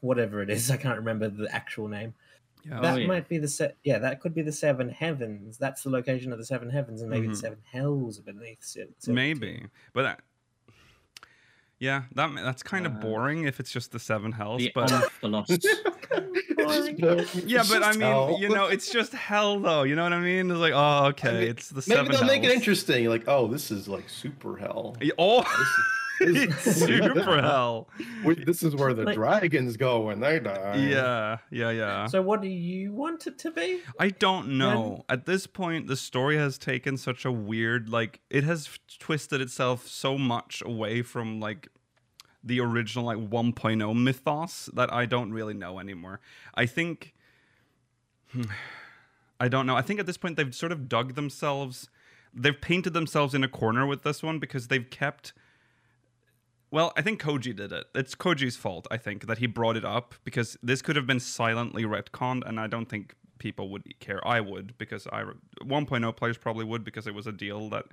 whatever it is. I can't remember the actual name. Oh, yeah that yeah. might be the se- yeah. That could be the Seven Heavens. That's the location of the Seven Heavens, and maybe Mhm. the Seven Hells are beneath. Sil- Silver Tier. maybe but that, yeah that ma- that's kind of Uh, boring if it's just the seven hells The but honor of the lost. yeah but i mean you know it's just hell though you know what i mean it's like oh okay mean, it's the Maybe seven they'll make it hells. interesting. Like, oh, this is like super hell. Yeah, oh This it's is- super hell Wait, This is where the Like- dragons go when they die. yeah yeah yeah So, what do you want it to be? I don't know. At this point, the story has taken such a weird, like, it has f- twisted itself so much away from, like, the original, like, 1.0 mythos that I don't really know anymore. I think. I don't know. I think at this point, they've sort of dug themselves. They've painted themselves in a corner with this one because they've kept. Well, I think Koji did it. It's Koji's fault, I think, that he brought it up because this could have been silently retconned, and I don't think people would care. I would because I 1.0 players probably would because it was a deal that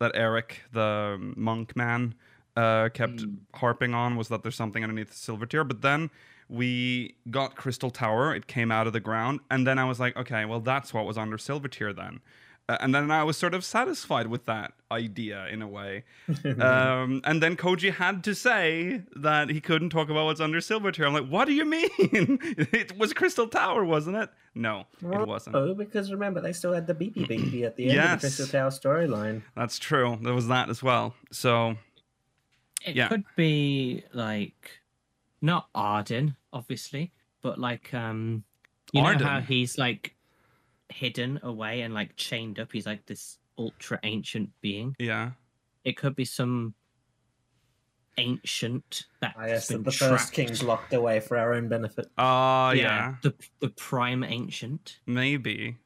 that Eric, the monk man, uh, Hmm. kept harping on was that there's something underneath the silver tier. But then we got Crystal Tower. It came out of the ground, and then I was like, okay, well that's what was under silver tier then. Uh, and then I was sort of satisfied with that idea in a way. Um, and then Koji had to say that he couldn't talk about what's under Silver Tier. I'm like, what do you mean? it was Crystal Tower, wasn't it? No, it wasn't. Oh, because remember they still had the beepy beepy at the end of Yes. the Crystal Tower storyline. That's true. There was that as well. So, It Yeah. could be like not Arden, obviously, but like um you know how Arden? he's like hidden away and like chained up, he's like this ultra ancient being. yeah. It could be some ancient that I has guess been that the trapped. first king's locked away for our own benefit. Ah, yeah. the the prime ancient. Maybe.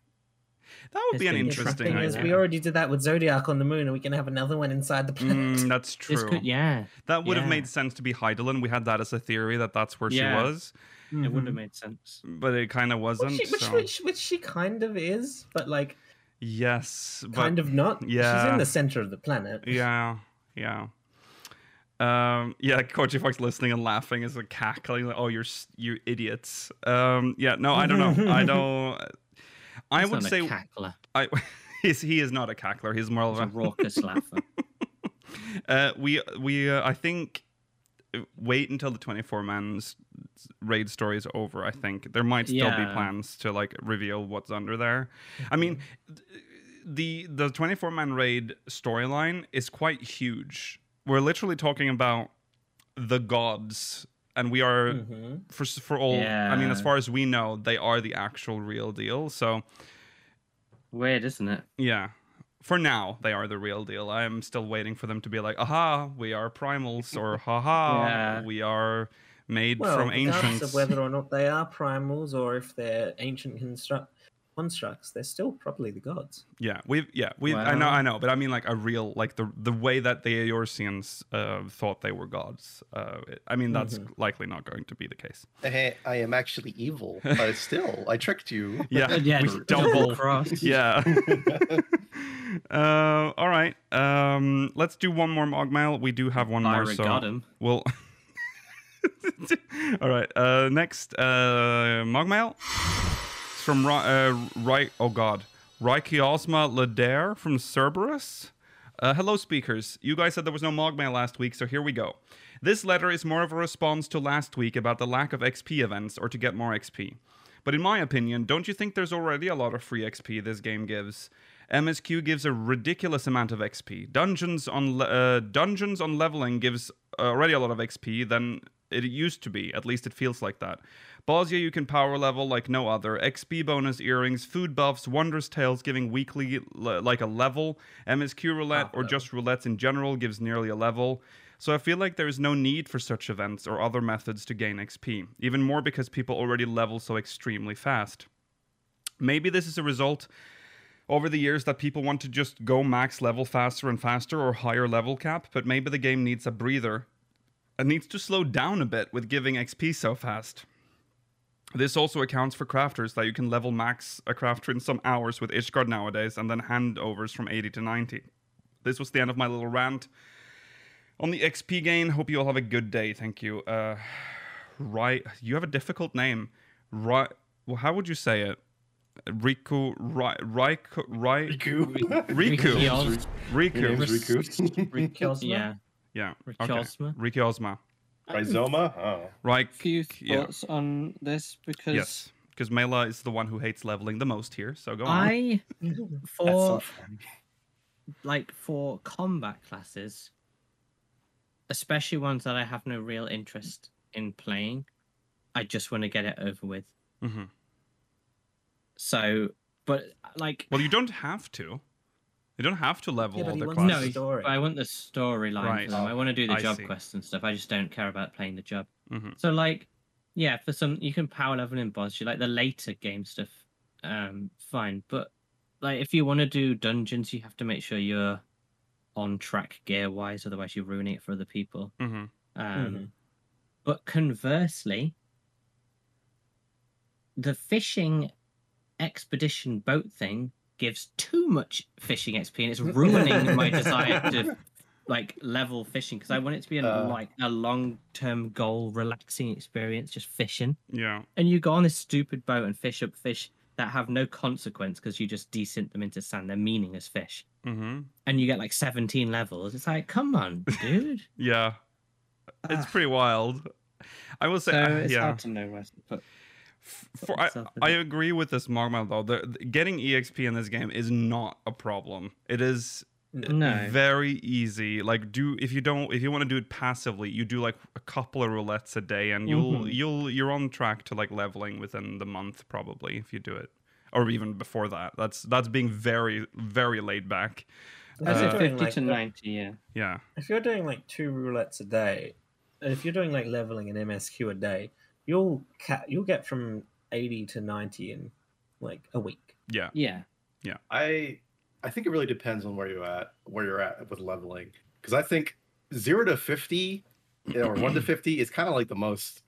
That would Has be an been Yes, the interesting thing is, we idea. already did that with Zodiac on the moon, and we can have another one inside the planet. Mm, that's This true. could, yeah, That would have yeah. made sense to be Heidelin. We had that as a theory that that's where Yeah. she was, it Mm-hmm. would have made sense. but it kind of Which wasn't. she, which, so. which, which she kind of is, but like yes, but kind of not. She's yeah. in the center of the planet. yeah, yeah. Um, yeah, Koji Fox listening and laughing is like cackling. Like, oh, you're s- you idiots. Um, yeah, no, I don't know. I don't. I It's would not say a cackler, I. He's, he is not a cackler. He's more of it's a a raucous laugher. Uh, we we uh, I think uh, wait until the 24 man's raid story is over I think there might still be Yeah. plans to like reveal what's under there I mean th- the the 24 man raid storyline is quite huge we're literally talking about the gods and we are hmm for s- for all I mean as Yeah. far as we know they are the actual real deal so Weird, isn't it? yeah. For now, they are the real deal. I am still waiting for them to be like, aha, we are primals, or haha, Yeah. we are made Well, from regardless ancients. of whether or not they are primals or if they're ancient construct constructs, they're still probably the gods. Yeah, we've yeah we have I know Wow. I know, but I mean like a real like the the way that the Eorcians uh, thought they were gods. Uh, I mean that's Mm-hmm. likely not going to be the case. Hey, I am actually evil, but still, I tricked you. Yeah, Yeah, we double, double cross. yeah. uh, all right, um, let's do one more Mogmail. We do have one I more. So regard him. Well, all right. Uh, next, uh, Mogmail. It's from Ri- uh, Ry- Oh God, Rykiosma Ladair from Cerberus. Uh, hello, speakers. You guys said there was no Mogmail last week, so here we go. This letter is more of a response to last week about the lack of XP events or to get more XP. But in my opinion, don't you think there's already a lot of free XP this game gives? MSQ gives a ridiculous amount of XP. Dungeons on le- uh, Dungeons on leveling gives uh, already a lot of XP than it used to be. At least it feels like that. Bosia, you can power level like no other. XP bonus earrings, food buffs, wondrous tales giving weekly le- like a level. MSQ roulette Half or level. just roulettes in general gives nearly a level. So I feel like there is no need for such events or other methods to gain XP. Even more because people already level so extremely fast. Maybe this is a result over the years that people want to just go max level faster and faster or higher level cap, but maybe the game needs a breather and uh, needs to slow down a bit with giving XP so fast. This also accounts for crafters that you can level max a crafter in some hours with Ishgard nowadays and then handovers from 80 to 90. This was the end of my little rant on the XP gain. Hope you all have a good day. Thank you. Uh, right, you have a difficult name. Right, well, how would you say it? Riku, Ri Riku, Ri Riku. Riku, Riku. Your Rikios- name's Riku. Rikiosma? Yeah. Yeah. Okay. Rikiosma. Riku Ozma. Rhizoma? Oh. Right. Few Yeah. thoughts on this because Yes. Because Mela is the one who hates leveling the most here. So go on. I That's for Oh. not fun. like for combat classes, especially ones that I have no real interest in playing, I just want to get it over with. Mm-hmm. hmm So, but like, Well, you don't have to. You don't have to level Yeah, but all he the wants classes. no, the story. I want the storyline Right. for them. I want to do the I job see. quests and stuff. I just don't care about playing the job. Mhm. So like, yeah, for some you can power level in boss. You like the later game stuff, um, fine. But like, if you want to do dungeons, you have to make sure you're on track gear wise. Otherwise, you're ruining it for other people. hmm Um, Mhm. But conversely, the fishing expedition boat thing gives too much fishing XP, and it's ruining my desire to like level fishing because I want it to be a, Uh. like a long term goal, relaxing experience, just fishing. Yeah. And you go on this stupid boat and fish up fish that have no consequence because you just desint them into sand. They're meaningless fish. hmm And you get like 17 levels. It's like, come on, dude. Yeah. It's Ah. pretty wild. I will say, so uh, it's yeah. hard to know where to put F- For, I, myself in I it. agree with this Mogma though. The, the- getting EXP in this game is not a problem. It is No. very easy. Like do if you don't if you want to do it passively, you do like a couple of roulettes a day, and you'll Mhm. you'll you're on track to like leveling within the month probably if you do it, or even before that. That's that's being very very laid back. That's Uh, it, 50 to like, 90, yeah. Yeah. if you're doing like two roulettes a day, and if you're doing like leveling an MSQ a day, you'll ca- you'll get from eighty to ninety in like a week. Yeah. Yeah. I I think it really depends on where you're at, where you're at with leveling, because I think zero to fifty or one to fifty is kind of like the most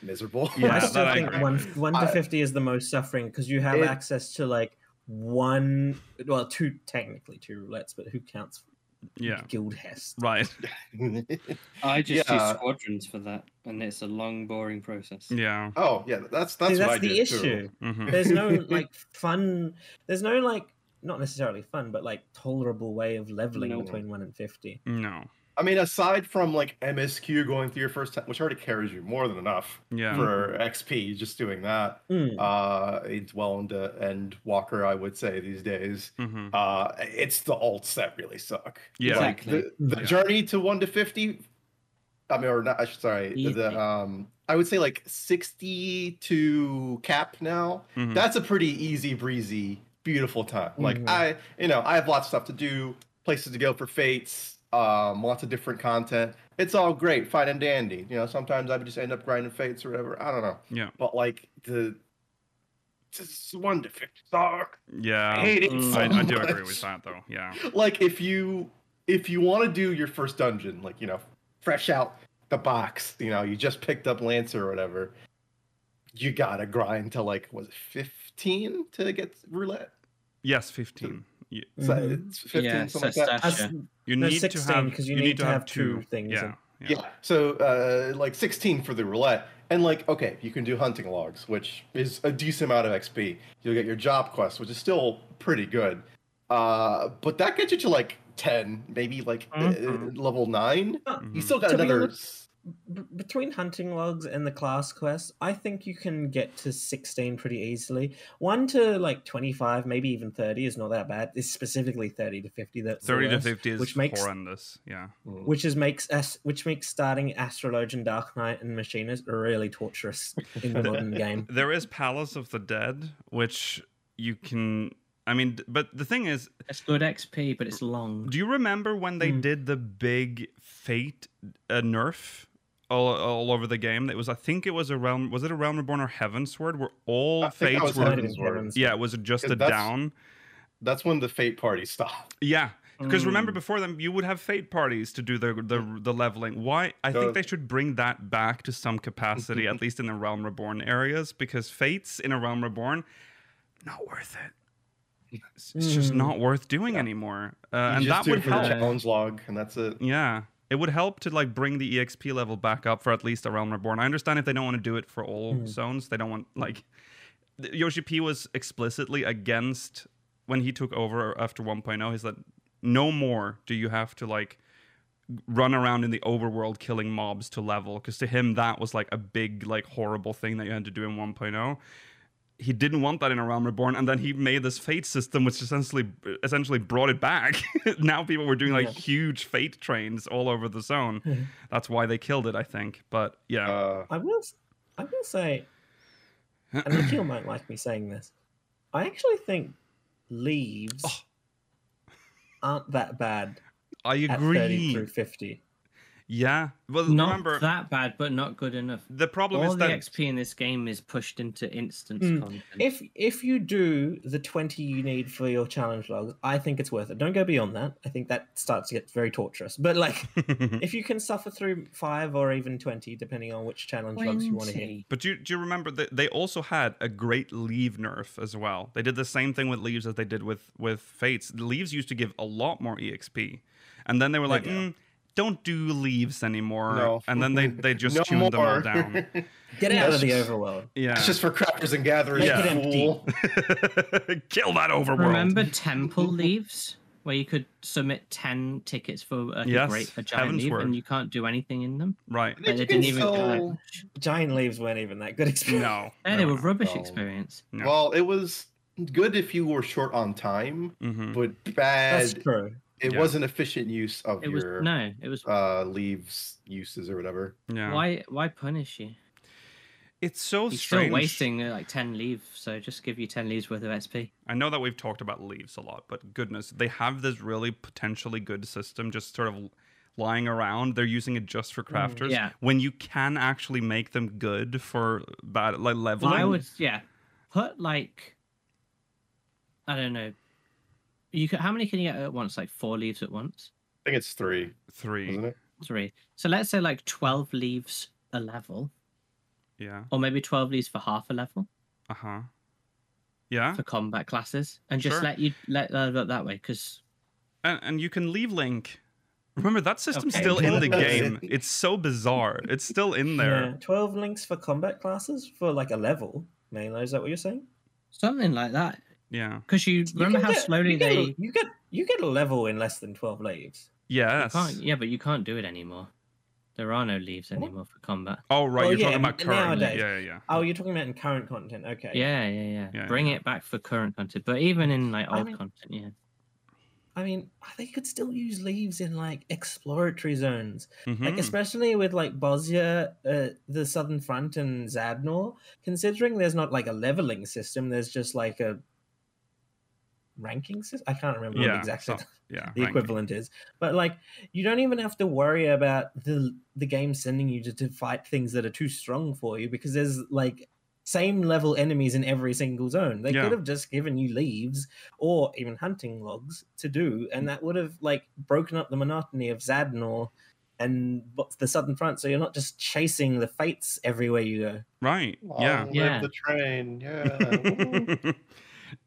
miserable. Yeah, I that still I think agree one with. one to I- fifty is the most suffering because you have It- access to like one, well, two technically two roulettes, but who counts? Yeah. Guild Hest. Right. I just Yeah. do squadrons for that, and it's a long, boring process. Yeah. oh yeah, that's that's See, what I that's the did, too. issue. hmm There's no like fun. There's no like not necessarily fun, but like tolerable way of leveling No. between one and fifty. No. I mean, aside from like MSQ going through your first time, which already carries you more than enough Yeah. for XP, just doing that. Mm. Uh, it's well into end Walker, I would say these days. hmm Uh, it's the alts that really suck. Yeah. like the, the Yeah. journey to one to fifty. I mean, or not? I should- Sorry, the- Easy. the um, I would say like sixty to cap now. Mhm. That's a pretty easy breezy, beautiful time. Like Mm-hmm. I, Mhm. you know, I have lots of stuff to do, places to go for fates, um, lots of different content. It's all great, fine and dandy. You know, sometimes I would just end up grinding fates or whatever. I don't know, Yeah. but like the. Just one to fifty suck. I Yeah. hate it. Mm. so I, I do agree much with that though. Yeah. like if you if you want to do your first dungeon like you know fresh out the box you know you just picked up lancer or whatever you gotta grind to like was it 15 to get roulette Yes. Fifteen. Y- Is that- Mhm. it's 15 yeah, something so like that That's- Sasha. You No, need to 16, have 'cause you, need, to have, two, things Yeah. and- Yeah. yeah so uh like 16 for the roulette and like okay you can do hunting logs which is a decent amount of xp you'll get your job quest which is still pretty good uh but that gets you to like 10 maybe like uh, Mm-hmm. Mhm. level 9 you Mhm. still got To be another honest- uh, B- between hunting logs and the class quests, I think you can get to 16 pretty easily. 1 to like 25, maybe even 30 is not that bad. It's specifically 30 to 50 that's the Thirty to worst, fifty is which makes horrendous. Yeah. which is makes us which makes starting Astrologian Dark Knight and Machinist really torturous in the modern game. There is Palace of the Dead, which you can. I mean, d- but the thing is, It's good XP, but it's long. Do you remember when they Hmm. Mm. did the big Fate uh, nerf all, all over the game? It was, I think, it was a realm. Was it a realm reborn or Heaven's Word where all I think that fates was were? Might have Heaven's been Word. Kevin's. Yeah, it was just a That's- down. That's when the fate party stopped. Yeah, because remember Mm. before them, you would have fate parties to do the the, the leveling. Why? I think they The- should bring that back to some capacity, at least in the realm reborn areas, because fates in a realm reborn, not worth it. It's, it's just Mm. not worth doing Yeah. anymore, uh, You and just that do it would for the help. challenge log, and that's it. Yeah. It would help to like bring the EXP level back up for at least a Realm Reborn. I understand if they don't want to do it for all Mm. zones. They don't want like th- Yoshi P was explicitly against when he took over after oh, 1.0. He's like, no more do you have to like run around in the overworld killing mobs to level because to him that was like a big like horrible thing that you had to do in 1.0 he didn't want that in a realm reborn and then he made this fate system which essentially essentially brought it back now people were doing like Yeah. huge fate trains all over the zone that's why they killed it i think but yeah Uh, I will s- I will say and Nikhil might like me saying this. I actually think leaves Oh. aren't that bad i at 30 agree through 50. yeah well Not remember that bad, but not good enough. the problem All is the that XP in this game is pushed into instance Mm. content. If if you do the 20 you need for your challenge logs, I think it's worth it. Don't go beyond that. I think that starts to get very torturous. But like if you can suffer through 5 or even 20 depending on which challenge logs you want to hit. 20. But do you, do you remember that they also had a great leave nerf as well? They did the same thing with leaves as they did with with fates. The leaves used to give a lot more exp, and then they were like, do. "Mm, "Don't do leaves anymore." No. And then they they just no tuned them all more. down. Get out of the Yes. overworld. Yeah, It's just for crafters and gatherers. Make you it empty. fool. kill that overworld. Remember Temple Leaves, where you could submit 10 tickets for like, Yes, a, great, a giant Heaven's leaf Word. and you can't do anything in them? Right? think Like, they you can didn't even still- count. Giant leaves weren't even that good experience. No. Yeah, they were rubbish No. experience. No. Well, it was good if you were short on time, hmm but That's bad. true. It Yeah. was an efficient use of It was your no, it was uh, leaves uses or whatever. Yeah. why why punish you? It's so He's strange. still wasting uh, like ten leaves, so just give you ten leaves worth of XP. I know that we've talked about leaves a lot, but goodness, they have this really potentially good system just sort of lying around. They're using it just for Mm, crafters yeah. when you can actually make them good for bad like leveling. I would, yeah, put like, I don't know, you could, how many can you get at once? Like four leaves at once, think it's three, three. isn't it? three. So let's say like twelve leaves a level, Yeah. or maybe twelve leaves for half a level Uh huh. Yeah. for combat classes, and just Sure. let you let that up that way because And, and you can leave Link. Remember that system's Okay. still in the game. It's so bizarre. It's still in Yeah, there. twelve links for combat classes for like a level. Mainly, is that what you're saying? something like that. Yeah. Because you You remember can how get- slowly you they get, a- you get you get a level in less than twelve leaves. Yes. can't, yeah, but you can't do it anymore. There are no leaves What? anymore for combat. Oh right, Well, you're yeah, talking about n- current. nowadays. Yeah, yeah, yeah. Oh, you're talking about in current content. Okay. Yeah, yeah, yeah. Yeah, Bring yeah. it back for current content, but even in like I old mean- content, yeah. I mean, they could still use leaves in like exploratory zones. Like Mhm. especially with like Bosnia, uh, the Southern Front, and Zadnor. Considering there's not like a leveling system, there's just like a ranking system. I can't remember Yeah, what exactly so- yeah. the rank. equivalent is, but like you don't even have to worry about the the game sending you to, to fight things that are too strong for you because there's like same level enemies in every single zone. They Yeah. could have just given you leaves or even hunting logs to do, and that would have like broken up the monotony of Zadnor and bo- the Southern Front. So you're not just chasing the fates everywhere you go. Right. Long Yeah. live Yeah. the train. Yeah.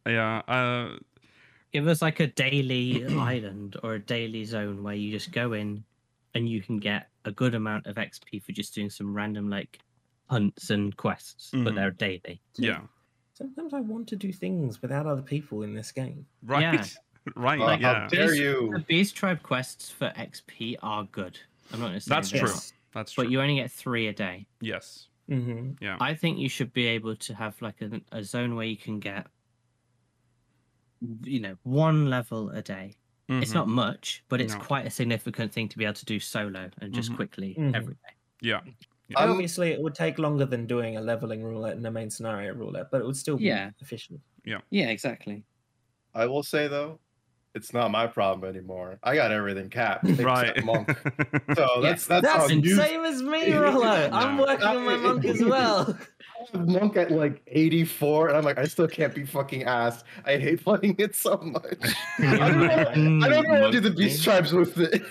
Uh, yeah. Uh, Give us like a daily island or a daily zone where you just go in and you can get a good amount of XP for just doing some random like hunts and quests, but Mhm. they're daily. yeah. Sometimes I want to do things without other people in this game. Right. Right. Oh, how yeah. dare This- you. The Beast Tribe quests for XP are good. I'm not going to say That's they're true. not, That's true. But you only get three a day. yes. hmm Yeah. I think you should be able to have like a, a zone where you can get, you know, one level a day. It's Mhm. not much, but it's No. quite a significant thing to be able to do solo and just Mhm. quickly Mm-hmm. Mhm. every day. Yeah. And Um, obviously, it would take longer than doing a leveling roulette and a main scenario roulette, but it would still be Yeah. efficient. Yeah, exactly. I will say though, it's not my problem anymore. I got everything capped. except Right. Monk. So that's that's, That's on the you. same as me, Rollo. I'm No. working on my monk as well. Monk at like 84, and I'm like, I still can't be fucking asked. I hate playing it so much. I don't know. Mm-hmm. I don't know how to do the beast tribes with it.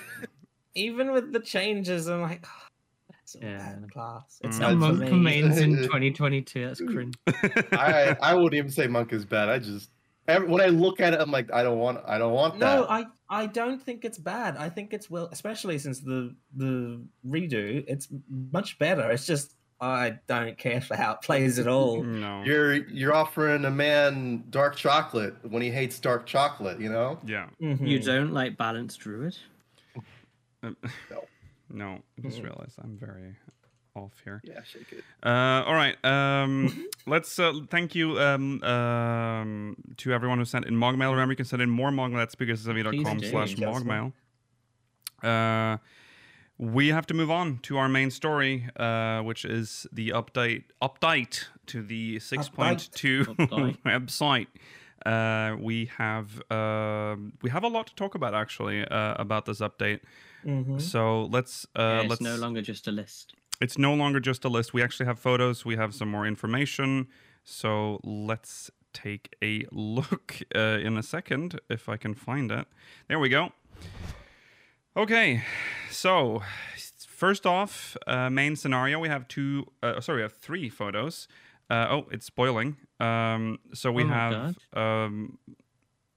Even with the changes, I'm like, oh, that's a Yeah. bad class. It's Mm. not That's for monk me. remains in 2022. That's Mm-hmm. cringe. I I wouldn't even say monk is bad. I just every, when I look at it, I'm like, I don't want I don't want No, that. I, I don't think it's bad. I think it's well, especially since the the redo, it's much better. It's just I don't care for how it plays at all. no. You're you're offering a man dark chocolate when he hates dark chocolate, you know? Yeah. You Mhm. don't like balanced druid? Um, No. No. I just Mm. realized I'm very off here. Yeah, shake it. Uh, all right. Um, let's uh, thank you um, um, to everyone who sent in Mogmail. Remember, you can send in more Mogmail at speakersofv.com Please do. slash Mogmail. Uh, we have to move on to our main story, uh, which is the update update to the 6.2 website. Uh, we have uh, we have a lot to talk about actually uh, about this update. Mhm. So let's uh, Mm-hmm. Yeah, it's let's no longer just a list. it's no longer just a list. We actually have photos. We have some more information. So let's take a look uh, in a second if I can find it. There we go. Okay, so first off, uh, main scenario. We have two. Uh, sorry, we have three photos. Uh, oh, it's spoiling. Um, so we Oh my have um,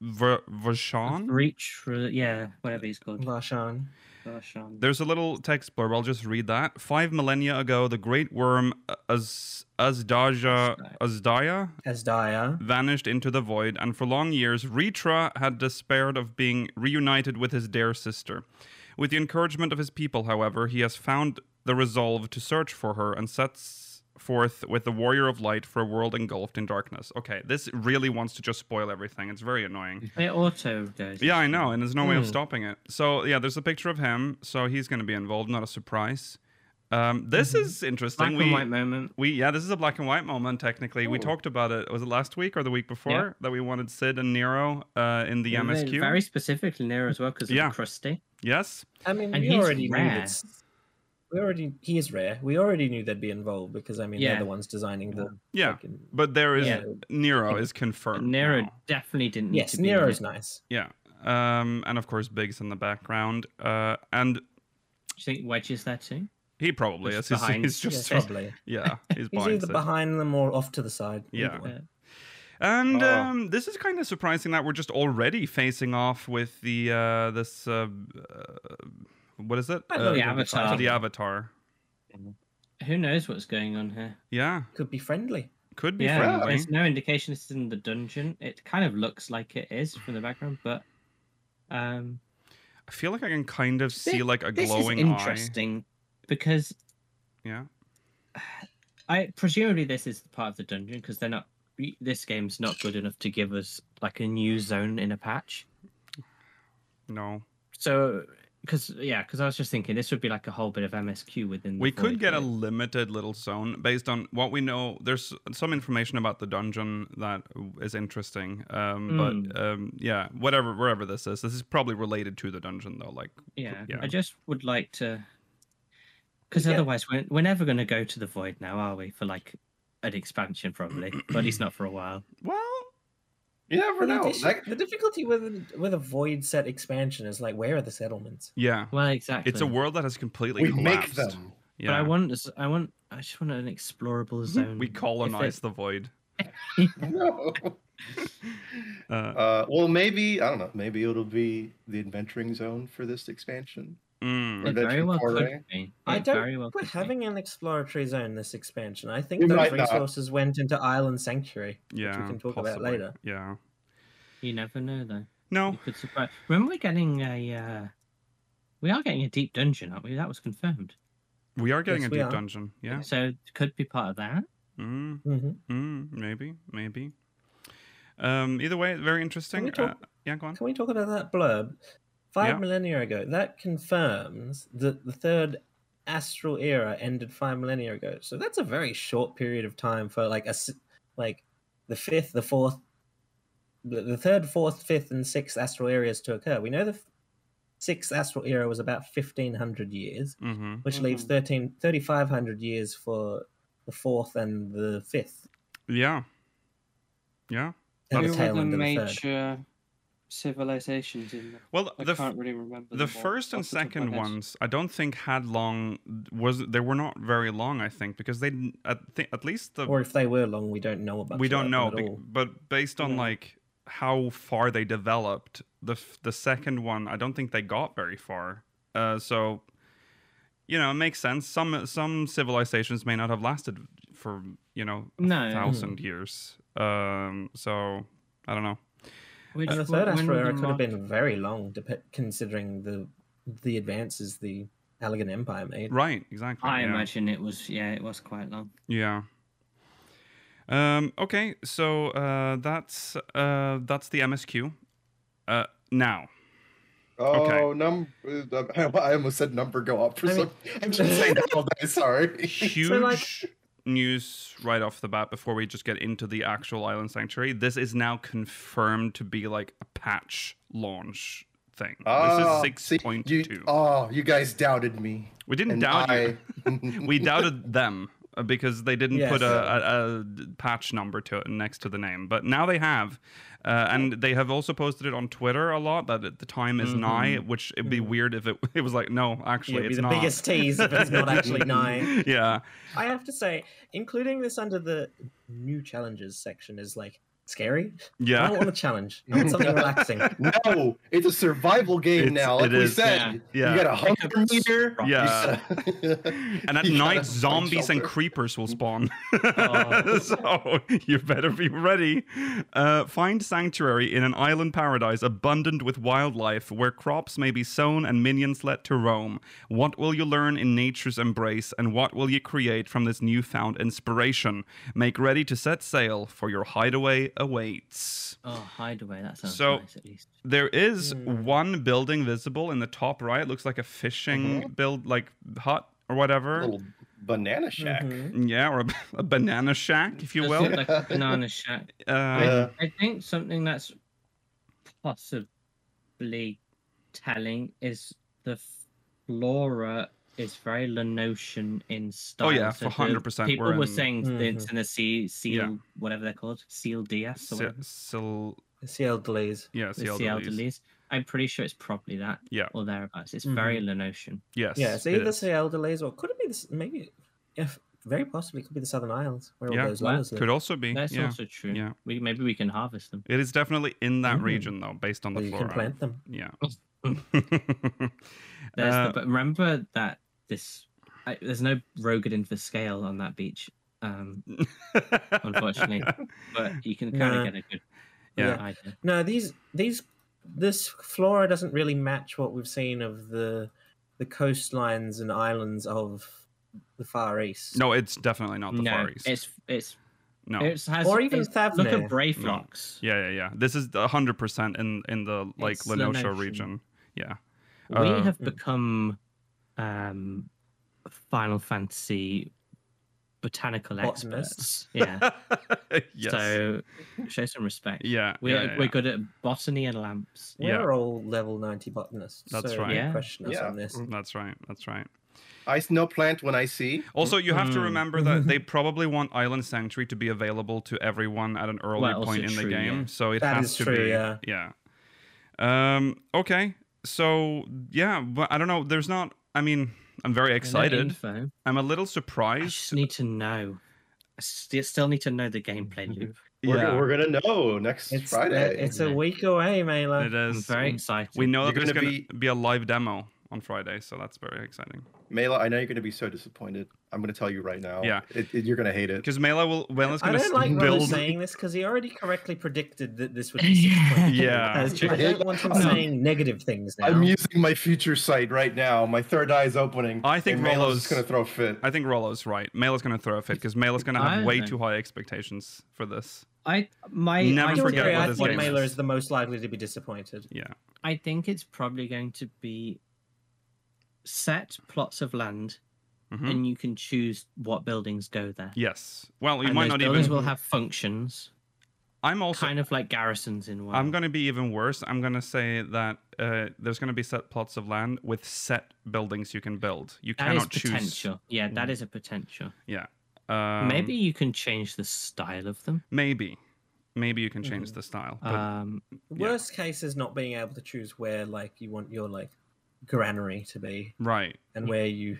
Ver- Vershawn? Reach, re- yeah, whatever he's called. um, Varshan. Vershawn. There's a little text blurb. I'll just read that. Five millennia ago, the great worm Az- Azdaja Azdaya as Dyer. vanished into the void, and for long years, Ritra had despaired of being reunited with his dear sister. With the encouragement of his people, however, he has found the resolve to search for her and sets forth with the warrior of light for a world engulfed in darkness. Okay, this really wants to just spoil everything. It's very annoying. It auto goes. Yeah, I know, and there's no way of Hmm. stopping it. So yeah, there's a picture of him. So he's going to be involved. Not a surprise. Um, this is interesting. Mm-hmm. Black we, and white moment. we yeah, this is a black and white moment. Technically, we Oh. talked about it. Was it last week or the week before that we wanted Sid and Nero uh, in the And they- MSQ? Very specifically Nero as well because Yeah. of Krusty. Yes. I mean, And we he's already rare. knew that. We already he is rare. We already knew they'd be involved because I mean Yeah. Mm, they're the ones designing the. Yeah. fucking- But there is Yeah. Nero is confirmed. Nero now. definitely didn't. Yes, need to be Nero's in it. nice. Yeah. Um, and of course, Big's in the background. Uh, and Do you think Wedge is there too? he probably Just is. He's, behind. he's Yes, just yeah, probably. he's He's behind. either Sid. behind them or off to the side. either Yeah. one. And Oh. um, this is kind of surprising that we're just already facing off with the uh, this uh, uh, what is it? Uh, I don't know, Oh, the it would be fine. Avatar. the avatar. Who knows what's going on here? Yeah, Could be friendly. could be Yeah, friendly. there's no indication this is in the dungeon. It kind of looks like it is from the background, but um, I feel like I can kind of see Thi- like a this is glowing eye. interesting because Yeah. I presumably this is part of the dungeon because they're not. This game's not good enough to give us like a new zone in a patch. No. So, because yeah, because I was just thinking this would be like a whole bit of MSQ within. The We could void get a here. limited little zone based on what we know. There's some information about the dungeon that is interesting. Um, Mm. But um, yeah, whatever, wherever this is, this is probably related to the dungeon though. Like, Yeah, yeah. I just would like to, because Yeah. otherwise we're, we're never going to go to the void now, are we? For like an expansion, probably, but at least not for a while. well, You never The, know. addition- That- the difficulty with with a void set expansion is like, where are the settlements? yeah. Well, exactly. It's a world that has completely we make collapsed. them. Yeah. But I want, this- I want, I just want an explorable zone. we If it- colonize the void. No. Uh, Uh, well, maybe I don't know. Maybe it'll be the adventuring zone for this expansion. mm. It very Adventure well foray. could be. I It don't very well We're could be. having an exploratory zone this expansion. I think We those might not. resources went into Island Sanctuary. Yeah, can talk about possibly. later. Yeah. You never know, though. No. You could surprise. Remember, we're getting a. Uh, we are getting a deep dungeon, aren't we? That was confirmed. We are getting Yes, a we deep are. dungeon. Yeah. So it could be part of that. Mm, Mm-hmm. mm, maybe. Maybe. Um, either way, very interesting. talk- uh, yeah, go on. Can we talk about that blurb? Five Yeah. millennia ago, that confirms that the third astral era ended five millennia ago. So that's a very short period of time for like a s- like the fifth, the fourth, the, the third, fourth, fifth, and sixth astral areas to occur. We know the f- sixth astral era was about fifteen hundred years, Mm-hmm. which leaves 13 3,500 years for the fourth and the fifth. Yeah. Yeah. And Who the were tail end of the third. major civilizations in there? Well, I the f- can't really remember. the them all first and off the top of my second head. ones, I don't think had long. Was they were not very long, I think, because they didn't- at thi- at least the Or if they were long, we don't know about we don't know, at be- all. but based on Yeah. like how far they developed, the f- the second one, I don't think they got very far. Uh, so, you know, it makes sense. Some some civilizations may not have lasted for you know a No. thousand years. Um, so I don't know. Which And Uh, the w- third when Astro were Era the could have mod- been very long, dep- considering the the advances the Allegan Empire made. Right? Exactly. I yeah. imagine it was. Yeah, it was quite long. Yeah. Um, okay, so uh, that's uh, that's the MSQ. Uh, now, Oh, Okay. number! I I almost said number go up for I mean- some. I'm just saying that all day. Sorry. huge like- news right off the bat before we just get into the actual island sanctuary this is now confirmed to be like a patch launch thing this Ah, see, is 6.2 you- Oh, you guys doubted me. we didn't and doubt you I- we doubted them uh, because they didn't Yes. put a, a, a patch number to it next to the name but now they have uh, and they have also posted it on twitter a lot that it- the time is nigh which it'd be Mhm. weird if it, it was like no actually Mm-hmm. It'd be it's the not biggest tease if it's not actually nine. yeah I have to say, including this under the new challenges section is like scary. I yeah don't want a challenge. I want something relaxing. No, it's a survival game It's- now. Like it we is, said, yeah. you got a hunger meter. Oh, rock. you Yeah. gotta- And at you gotta night, find zombies and shelter. creepers will spawn. Oh. so you better be ready. Uh, find sanctuary in an island paradise abundant with wildlife where crops may be sown and minions let to roam. What will you learn in nature's embrace and what will you create from this newfound inspiration? Make ready to set sail, for your hideaway awaits. Oh, hideaway. That sounds So- nice, at least. There is Hmm. one building visible in the top right. Looks like a fishing build, like hut or whatever. Little banana shack. Mhm. Yeah, or a, a banana shack, if you Does will. look like a banana shack. Uh, Uh, I think something that's possibly telling is the flora is very Lenotian in style. Oh, yeah, so the 100% People we're were in- saying it's Mhm. in the sea, seal, Yeah. whatever they're called, seal DS or Sil- whatever. sil- CL delays. yeah, The sea CLDs. elderlies. I'm pretty sure it's probably that Yeah. or thereabouts. It's very Lenotian. Yes. yeah, it's it either is. CL delays or could it be this, maybe if very possibly it could be the Southern Isles where Yeah, all those well, lands Could also be. That's yeah. also true. yeah. We, maybe we can harvest them. It is definitely in that Mm-hmm. Mm. region though, based on the you flora. can plant them. Yeah. There's Uh, the, but remember that this I, there's no Rogadin for scale on that beach, um, Uh, unfortunately. but you can kind of Nah. get a good Yeah. idea. No, these these this flora doesn't really match what we've seen of the the coastlines and islands of the Far East. No, it's definitely not the no, Far East. it's it's no. it has Or even it's- look Thavnir. at Brave No. yeah, yeah, yeah. This is hundred percent in in the like It's Lenosha Lenosha. region. Yeah. We Uh, have Mm. become um, Final Fantasy botanical Botanists. experts. Yeah. yes. So show some respect. yeah. We're, yeah, yeah, we're yeah. good at botany and lamps. We're yeah. all level ninety botanists. That's so right. don't Yeah. Question us Yeah. on this. That's right. That's right. I no plant when I see. Also, you have to Mm. remember that they probably want Island Sanctuary to be available to everyone at an early Well, also point in the true, game, yeah. so it That has is to true, be. yeah. Yeah. Um. Okay. So yeah, but I don't know. There's not. I mean, I'm very I know excited. info. I'm a little I surprised. just need to know. I st- still need to know the gameplay loop. We're, yeah. we're gonna know next It's uh, Friday. it's a week away, Mela. it I'm is. very excited. we know that You're there's gonna going to be... a live demo on Friday, so that's very exciting. Mela, I know you're gonna be so disappointed. I'm gonna tell you right now. Yeah. It, it- you're gonna hate it. Because Mela will Mela's I going don't like to Rob build. saying this because he already correctly predicted that this would be. Yeah. disappointing. yeah. That's true. I don't want him No. saying negative things now. I'm using my future sight right now. My third eye is opening. I think and Mela's Rolo's- just gonna throw a fit. I think Rollo's right. Mela's going to throw a fit because Mela's going to I have way think- too high expectations for this. I my Never I I do forget agree. what I this think game Mela is. is the most likely to be disappointed. Yeah. I think it's probably going to be set plots of land, Mhm. and you can choose what buildings go there. Yes. Well, you and might those not buildings even. will have functions, I'm also. kind of like garrisons in one. I'm going to be even worse. I'm going to say that uh, there's going to be set plots of land with set buildings you can build. You That is cannot choose. potential. Yeah, that Mm. is a potential. Yeah. Um, Maybe you can change the style of them. Maybe. Maybe you can change Mm. Mhm. the style. But Um, The Yeah. worst case is not being able to choose where like you want your like granary to be right. and where you, you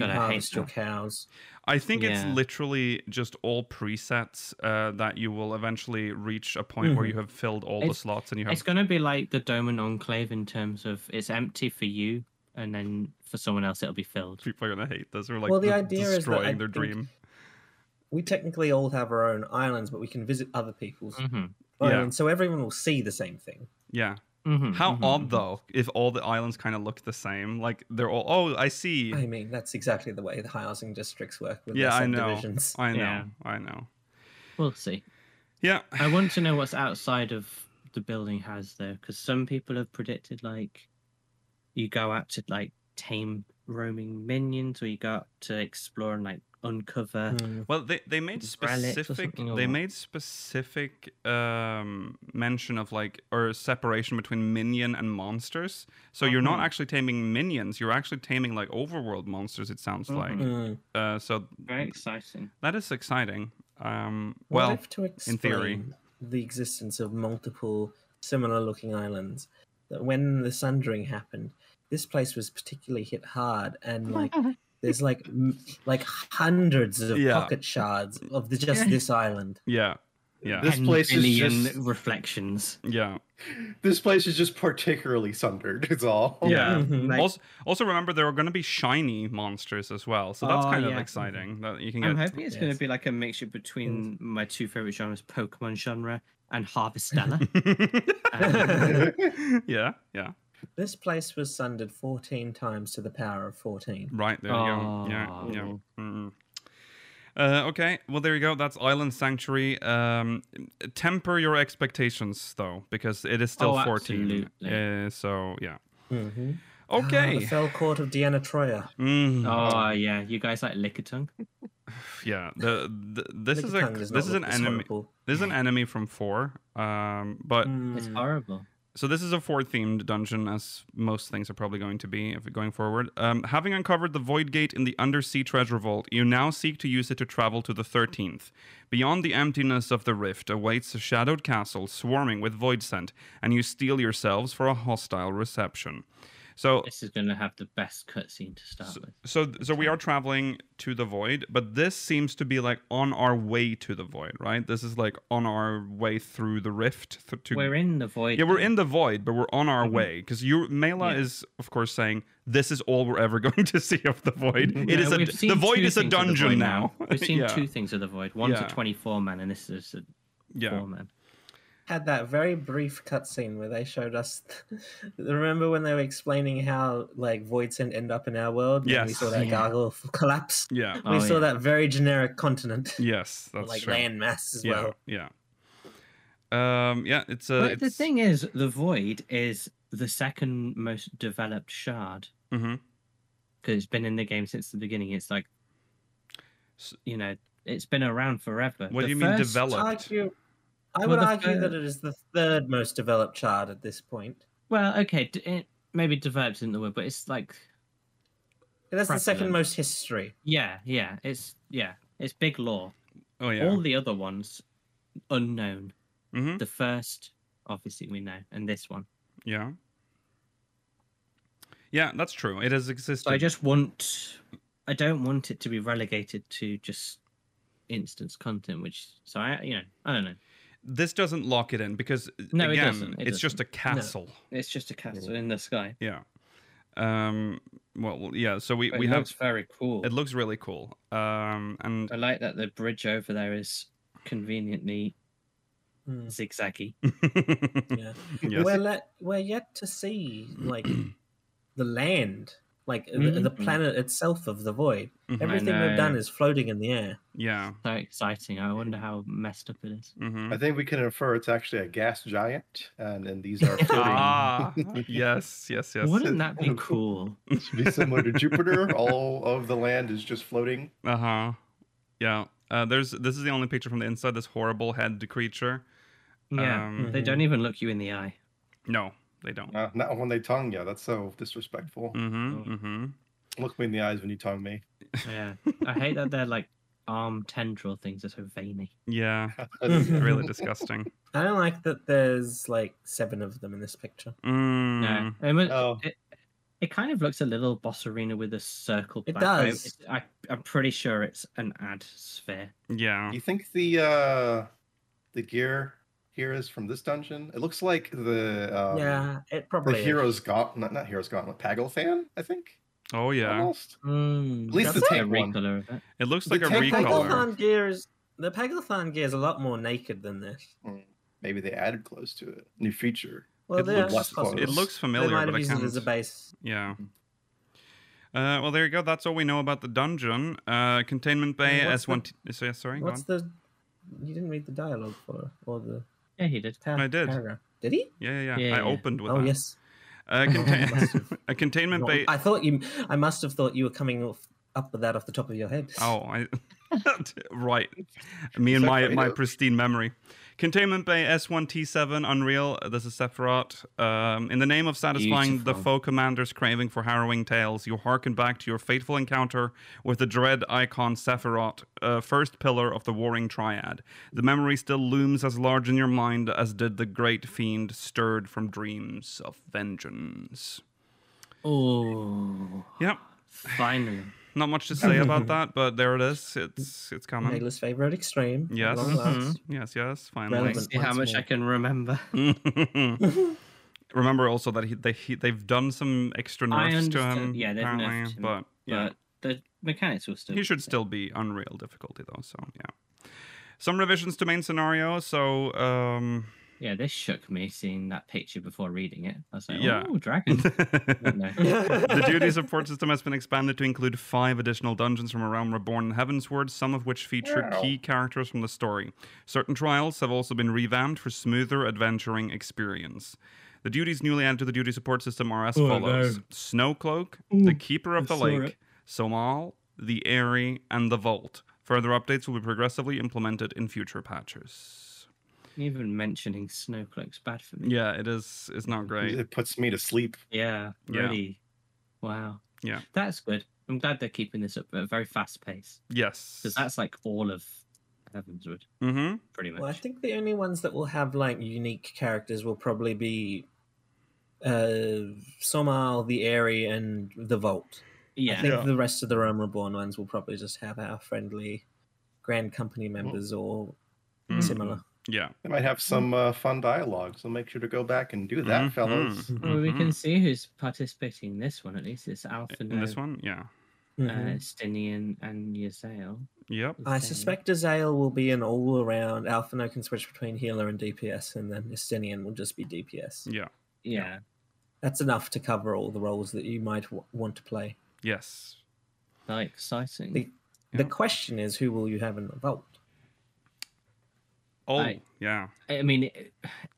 God, I hate harvest your that. cows. I think Yeah. it's literally just all presets uh, that you will eventually reach a point where Mhm. you have filled all the Mm-hmm. It's- slots and you It's have. going to be like the Dome and Enclave in terms of it's empty for you, and then for someone else it'll be filled. People are gonna hate this. We're like Well, the de- idea is that destroying I their think- dream. We technically all have our own islands, but we can visit other people's hmm Mm. Yeah. islands, so everyone will see the same thing. Yeah. Mm-hmm, How odd though, if all the islands kind of look the same. Like they're all. Oh, I see. I mean, that's exactly the way the housing districts work with Yeah, their I know. subdivisions. I know. Yeah. I know. We'll see. Yeah. I want to know what's outside of the building has though, because some people have predicted like you go out to like tame roaming minions, or you go out to explore and like uncover. Hmm. Well, they, they made Relics or specific something or they what? made specific um, mention of like or separation between minion and monsters. So you're not Mhm. actually taming minions. You're actually taming like overworld monsters. It sounds Mm-hmm. like. Hmm. Uh, so Very exciting. that is exciting. Um, Well, well, to explain in theory. the existence of multiple similar-looking islands. That when the Sundering happened, this place was particularly hit hard, and like there's like m- like hundreds of Yeah. pocket shards of the, just this island. yeah, yeah, This 10 place is billion just- reflections. yeah, This place is just particularly sundered. It's all. yeah. Mhm. Um, Like- Also, also remember there are going to be shiny monsters as well. So that's Oh, kind of yeah. exciting that you can I'm get. hoping it's going Yes. to be like a mixture between my two favorite genres, Pokemon genre and Harvestella. um, yeah, yeah. This place was sundered 14 times to the power of 14. Right there you go. Yeah, yeah. Oh. Mm. Uh, okay, well there you go. That's Island Sanctuary. Um, temper your expectations though, because it is still Oh, fourteen. absolutely. Uh, so yeah. Mm-hmm. Ah, the Okay. fell court of Deanna Troya. Mm. Oh yeah, you guys like Lickitung? Yeah. The, the this is a Lickitung does not this is look an enemy horrible. this is an enemy from four. Um, but It's Mm. horrible. so this is a four themed dungeon, as most things are probably going to be if going forward. Um, having uncovered the void gate in the undersea treasure vault, you now seek to use it to travel to the 13th. Beyond the emptiness of the rift awaits a shadowed castle swarming with void scent, and you steel yourselves for a hostile reception. So This is gonna have the best cutscene to start with. so so we are traveling to the void but this seems to be like on our way to the void right this is like on our way through the rift th- to We're in the void. yeah we're now. in the void but we're on our Mhm. way because you mela Yeah. is of course saying this is all we're ever going to see of the void it Mm-hmm. Yeah, is a we've seen the void two is a things of the dungeon void now, We've seen yeah two things of the void. One's Yeah. a twenty-four man, and this is a yeah four man. had that very brief cutscene where they showed us. remember when they were explaining how like voids didn't end up in our world? Yeah, we Yes. saw that Yeah. gargoyle f- collapse. yeah Oh, we saw yeah. that very generic continent, yes or, that's like true landmass as yeah well. yeah um yeah it's a but the thing is, the void is the second most developed shard hmm because it's been in the game since the beginning. It's like, S- you know, it's been around forever. what The do you mean first- developed Argue, I Well, would the argue that third- it is the third most developed shard at this point. Well, okay, d- it, maybe developed isn't the word, but it's like, That's the second Prevalent. most history. yeah, yeah, it's yeah, it's big lore. oh yeah All the other ones unknown. Mhm. The first, obviously, we know, and this one. Yeah. Yeah, that's true. It has existed. So I just want, I don't want it to be relegated to just instance content, which so I, you know, I don't know. This doesn't lock it in because No, it again, doesn't. It it's just a castle. It's just a castle in the sky. Yeah. Um. Well, yeah. So we But we it have. looks very cool. It looks really cool. Um. And I like that the bridge over there is conveniently Mm. Hmm. zigzaggy. Yeah. Yes. We're, le- we're yet to see like the land, like the, the Mhm. planet itself of the void. Mhm. Everything know. we've done is floating in the air. yeah. So exciting! I wonder how messed up it is. hmm I think we can infer it's actually a gas giant, and, and these are floating. Ah. yes. Yes. Yes. Wouldn't that be cool? This would be similar to Jupiter. All of the land is just floating. Uh huh. Yeah. Uh, there's this is the only picture from the inside. This horrible head creature. Yeah, Mm-hmm. Um, they don't even look you in the eye. No, they don't. Uh, not when they tongue you. That's so disrespectful. Mm-hmm. Oh. Mm-hmm. Look me in the eyes when you tongue me. Yeah, I hate that they're like arm tendril things are so veiny. Yeah. That's- Mm, Really disgusting. I don't like that there's like seven of them in this picture. Mm. Yeah, it, mu- Oh. it, it kind of looks a little boss arena with a circle. It background. does. It's- I, I'm pretty sure it's an ad sphere. Yeah. you think the uh, the gear here is from this dungeon? It looks like the um, yeah, it the probably. is. hero's gauntlet. Not, not hero's gauntlet. Pagalfan, I think. Oh yeah. Almost. Mm, At least that's the like a tank one. recolor of it. It looks The like a tank The recolor. Pagalthon gear is the Pagalthon gear is a lot more naked than this. Maybe they added clothes to it. New feature. Well, It they are looks- that's possible. It looks They familiar, might but have I used can't. it as a base. Yeah. Mm-hmm. Uh, well, there you go. That's all we know about the dungeon. Uh, containment bay what's S one. T- so- yeah, sorry, go What's on. the? You didn't read the dialogue for or the Yeah, he did. par- I did. paragraph. Did he? Yeah, yeah, yeah. Yeah, I yeah. opened with Oh that. yes. Uh, Must contain- have a containment not- bay. I thought you. I must have thought you were coming off, up with that off the top of your head. Oh, I, right. Me and that my, right my up? pristine memory. Containment Bay S1T7 Unreal. Uh, This is Sephiroth. Um, in the name of satisfying the Beautiful. foe commander's craving for harrowing tales, you hearken back to your fateful encounter with the dread icon Sephiroth, uh, first pillar of the Warring Triad. The memory still looms as large in your mind as did the great fiend stirred from dreams of vengeance. Oh, Yep. finally. Not much to say about that, but there it is. It's it's coming. Naylor's favorite extreme. at um, Yes. long Mhm. last. Yes, yes, finally. Relevant See how once much I more. can remember. Remember also that he, they, he, they've done some extra I nerfs to understand. him. Yeah, they've nerfed apparently, him, But, yeah. But the mechanics will still. he be should the same. still be unreal difficulty, though, so yeah. Some revisions to main scenario, so um, Yeah, this shook me seeing that picture before reading it. I was like, Yeah. oh, dragon. But the no. duty support system has been expanded to include five additional dungeons from A Realm Reborn and Heavensward, some of which feature key characters from the story. Certain trials have also been revamped for smoother adventuring experience. The duties newly added to the duty support system are as Oh, follows: no. Hmm. Snowcloak, Ooh, the Keeper of I the saw it. Lake, Somal, the Airy, and the Vault. Further updates will be progressively implemented in future patches. Even mentioning Snowcloak's bad for me. Yeah, it is. It's not great. It puts me to sleep. Yeah, Yeah. really. Wow. Yeah. That's good. I'm glad they're keeping this up at a very fast pace Yes. because that's like all of Heavenswood, Mm-hmm. pretty much. Well, I think the only ones that will have like unique characters will probably be uh Somal, the Airy, and the Vault. I yeah. think Yeah. the rest of the Rome Reborn ones will probably just have our friendly Grand Company members or Hmm. similar. Mm, Yeah. They might have Hmm. some uh, fun dialogue, so make sure to go back and do that, Mhm. fellas. Well, we Mhm. can see who's participating in this one at least. It's Alpha, In this one, yeah. uh, Mhm. Stinian, and Yazael. Yep. I Azale. suspect Azale will be an all around. Alphino can switch between healer and DPS, and then Estinian will just be DPS. Yeah. Yeah. That's enough to cover all the roles that you might w- want to play. Yes. Like exciting. The, the Yeah. question is who will you have in the vault? Oh, Right. yeah. I mean, it,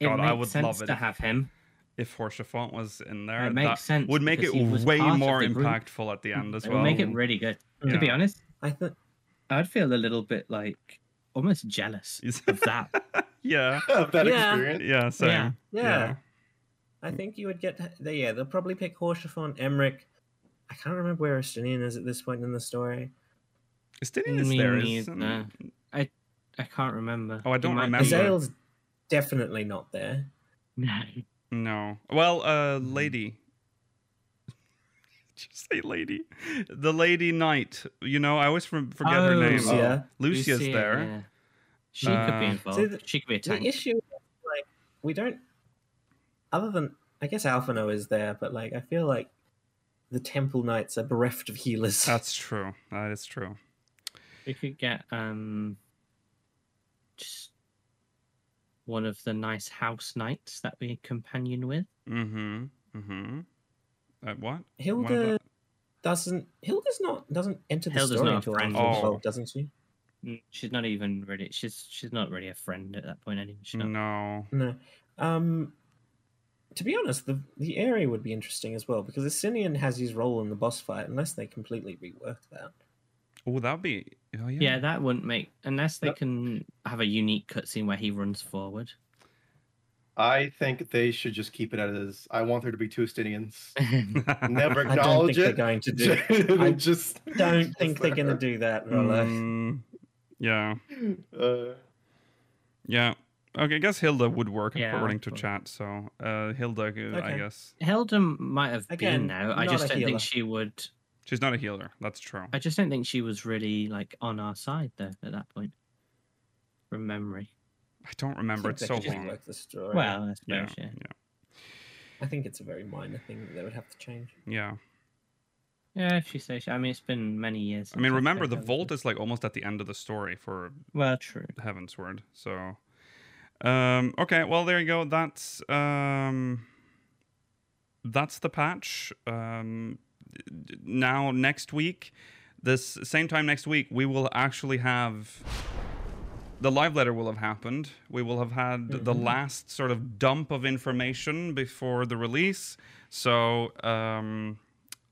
it God, makes I would sense love it to if- have him. If Horshafont was in there, That makes that sense would make it because he was way part of more the group. impactful at the end as It well. would make it really good. To be Yeah. honest, I think I'd feel a little bit like almost jealous Is- of that. yeah. Have that Yeah. experience. Yeah. Same. Yeah. yeah, Yeah. I think you would get they- yeah. They'll probably pick Horshafon, Emric. I can't remember where Estinian is at this point in the story. Is Dillian is Me there? neither. isn't- I can't remember. Oh, I He don't might be- remember. Azale's definitely not there. No. No. Well, uh, Mm-hmm. lady. Did you say lady? The lady knight. You know, I always for- forget her Oh, name. Lucia. Lucia's Lucia, there. yeah. She could be Uh, involved. See, the- she could be a tank. The issue, is, like, we don't. Other than, I guess Alphino is there, but like, I feel like the Temple Knights are bereft of healers. That's true. That is true. We could get um just one of the nice house knights that we companion with. Mm-hmm. Mm-hmm. Uh, what? One of Hilda the- doesn't. Hilda's not doesn't enter the Hilda's story not a until friend. after the Oh. vault, doesn't she? Mm, She's not even really she's she's not really a friend at that point anyway. She's not. No. No. Um, to be honest, the the area would be interesting as well because Asinian has his role in the boss fight, unless they completely rework that. Oh, that'd be. Oh, yeah. Yeah. that wouldn't make unless they Yep. can have a unique cutscene where he runs forward. I think they should just keep it as I want there to be two Estinians. Never I don't acknowledge it. think they're going to do. I I just don't think they're going to do that, Rollo. Mm, yeah. Uh, Yeah. Okay, I guess Hilda would work Yeah. according to chat. So, uh, Hilda, uh, I Okay. guess Hilda might have Again, been now. I not just a don't healer. think she would she's not a healer. That's true. I just don't think she was really like on our side though at that point. From memory. I don't remember. I It's think so they could just long. rework the story. Well, I suppose, Yeah. yeah. Yeah. I think it's a very minor thing that they would have to change. Yeah. Yeah, if you say so. I mean, it's been many years. I mean, since I've remember played the Halo. vault is like almost at the end of the story for Well, true. Heaven's Word. So, um, okay, well there you go. That's um, that's the patch. Um, d- now next week, this same time next week, we will actually have the live letter will have happened. We will have had the last sort of dump of information before the release. So um,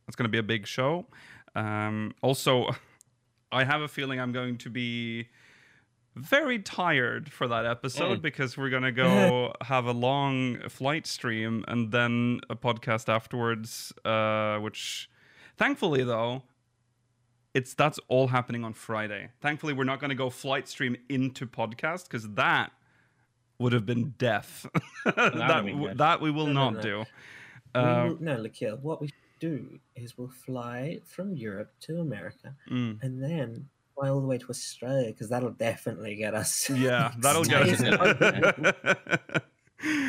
it's going to be a big show. Um, also, I have a feeling I'm going to be very tired for that episode because we're going to go have a long flight stream and then a podcast afterwards, uh, which thankfully, though, it's that's all happening on Friday. Thankfully, we're not going to go flight stream into podcast because that would have been death. that been w- death. that we will No, no, not no. do. We Um, will- no, look here. What we do is we'll fly from Europe to America mm. and then fly all the way to Australia because that'll definitely get us. Yeah, that'll get us. I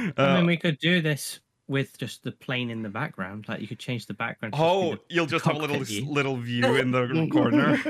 mean, Uh, we could do this with just the plane in the background. Like, you could change the background. to just be Oh, you'll just have a little cockpit view. little view in the corner.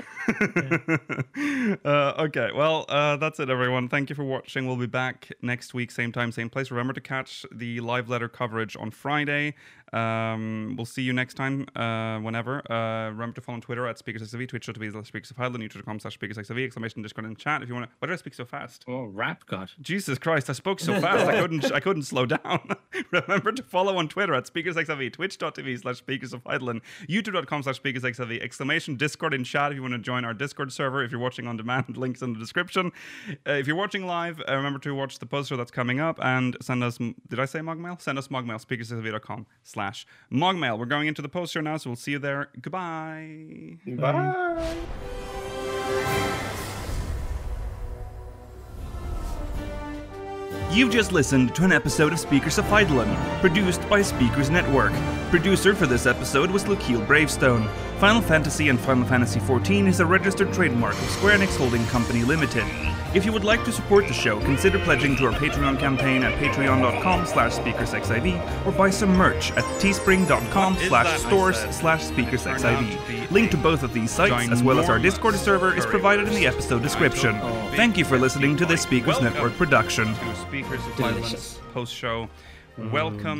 uh, okay, well, uh, that's it, everyone. Thank you for watching. We'll be back next week, same time, same place. Remember to catch the live letter coverage on Friday. Um, we'll see you next time, uh, whenever. Uh, remember to follow on Twitter at SpeakersXIV, twitch.tv slash SpeakersOfHighland, youtube.com slash SpeakersXIV, exclamation Discord and chat if you want to. Why did I speak so fast? the- Oh, rap god. Jesus Christ, I spoke so fast I couldn't I couldn't slow down. Remember to Follow on Twitter at SpeakersXLV, twitch.tv slash speakers of Heidelin, youtube.com slash speakersxlv, exclamation Discord in chat if you want to join our Discord server. If you're watching on demand, links in the description. Uh, if you're watching live, uh, remember to watch the poster that's coming up and send us, did I say mug mail? Send us mug mail, speakersxlv.com slash mug mail. We're going into the poster now, so we'll see you there. Goodbye. Um, Bye. You've just listened to an episode of Speakers of Eidolon, produced by Speakers Network. Producer for this episode was Lucille Bravestone. Final Fantasy and Final Fantasy XIV is a registered trademark of Square Enix Holding Company Limited. If you would like to support the show, consider pledging to our Patreon campaign at patreon.com slash speakersxiv or buy some merch at teespring.com What is that I slash stores said? slash Turned out to speakersxiv. be Link to both of these sites, as well as our ginormous Discord server, is provided in the episode description. Thank you for listening to this Speakers Welcome Network production. to Speakers of Delicious. Violence post show. Welcome.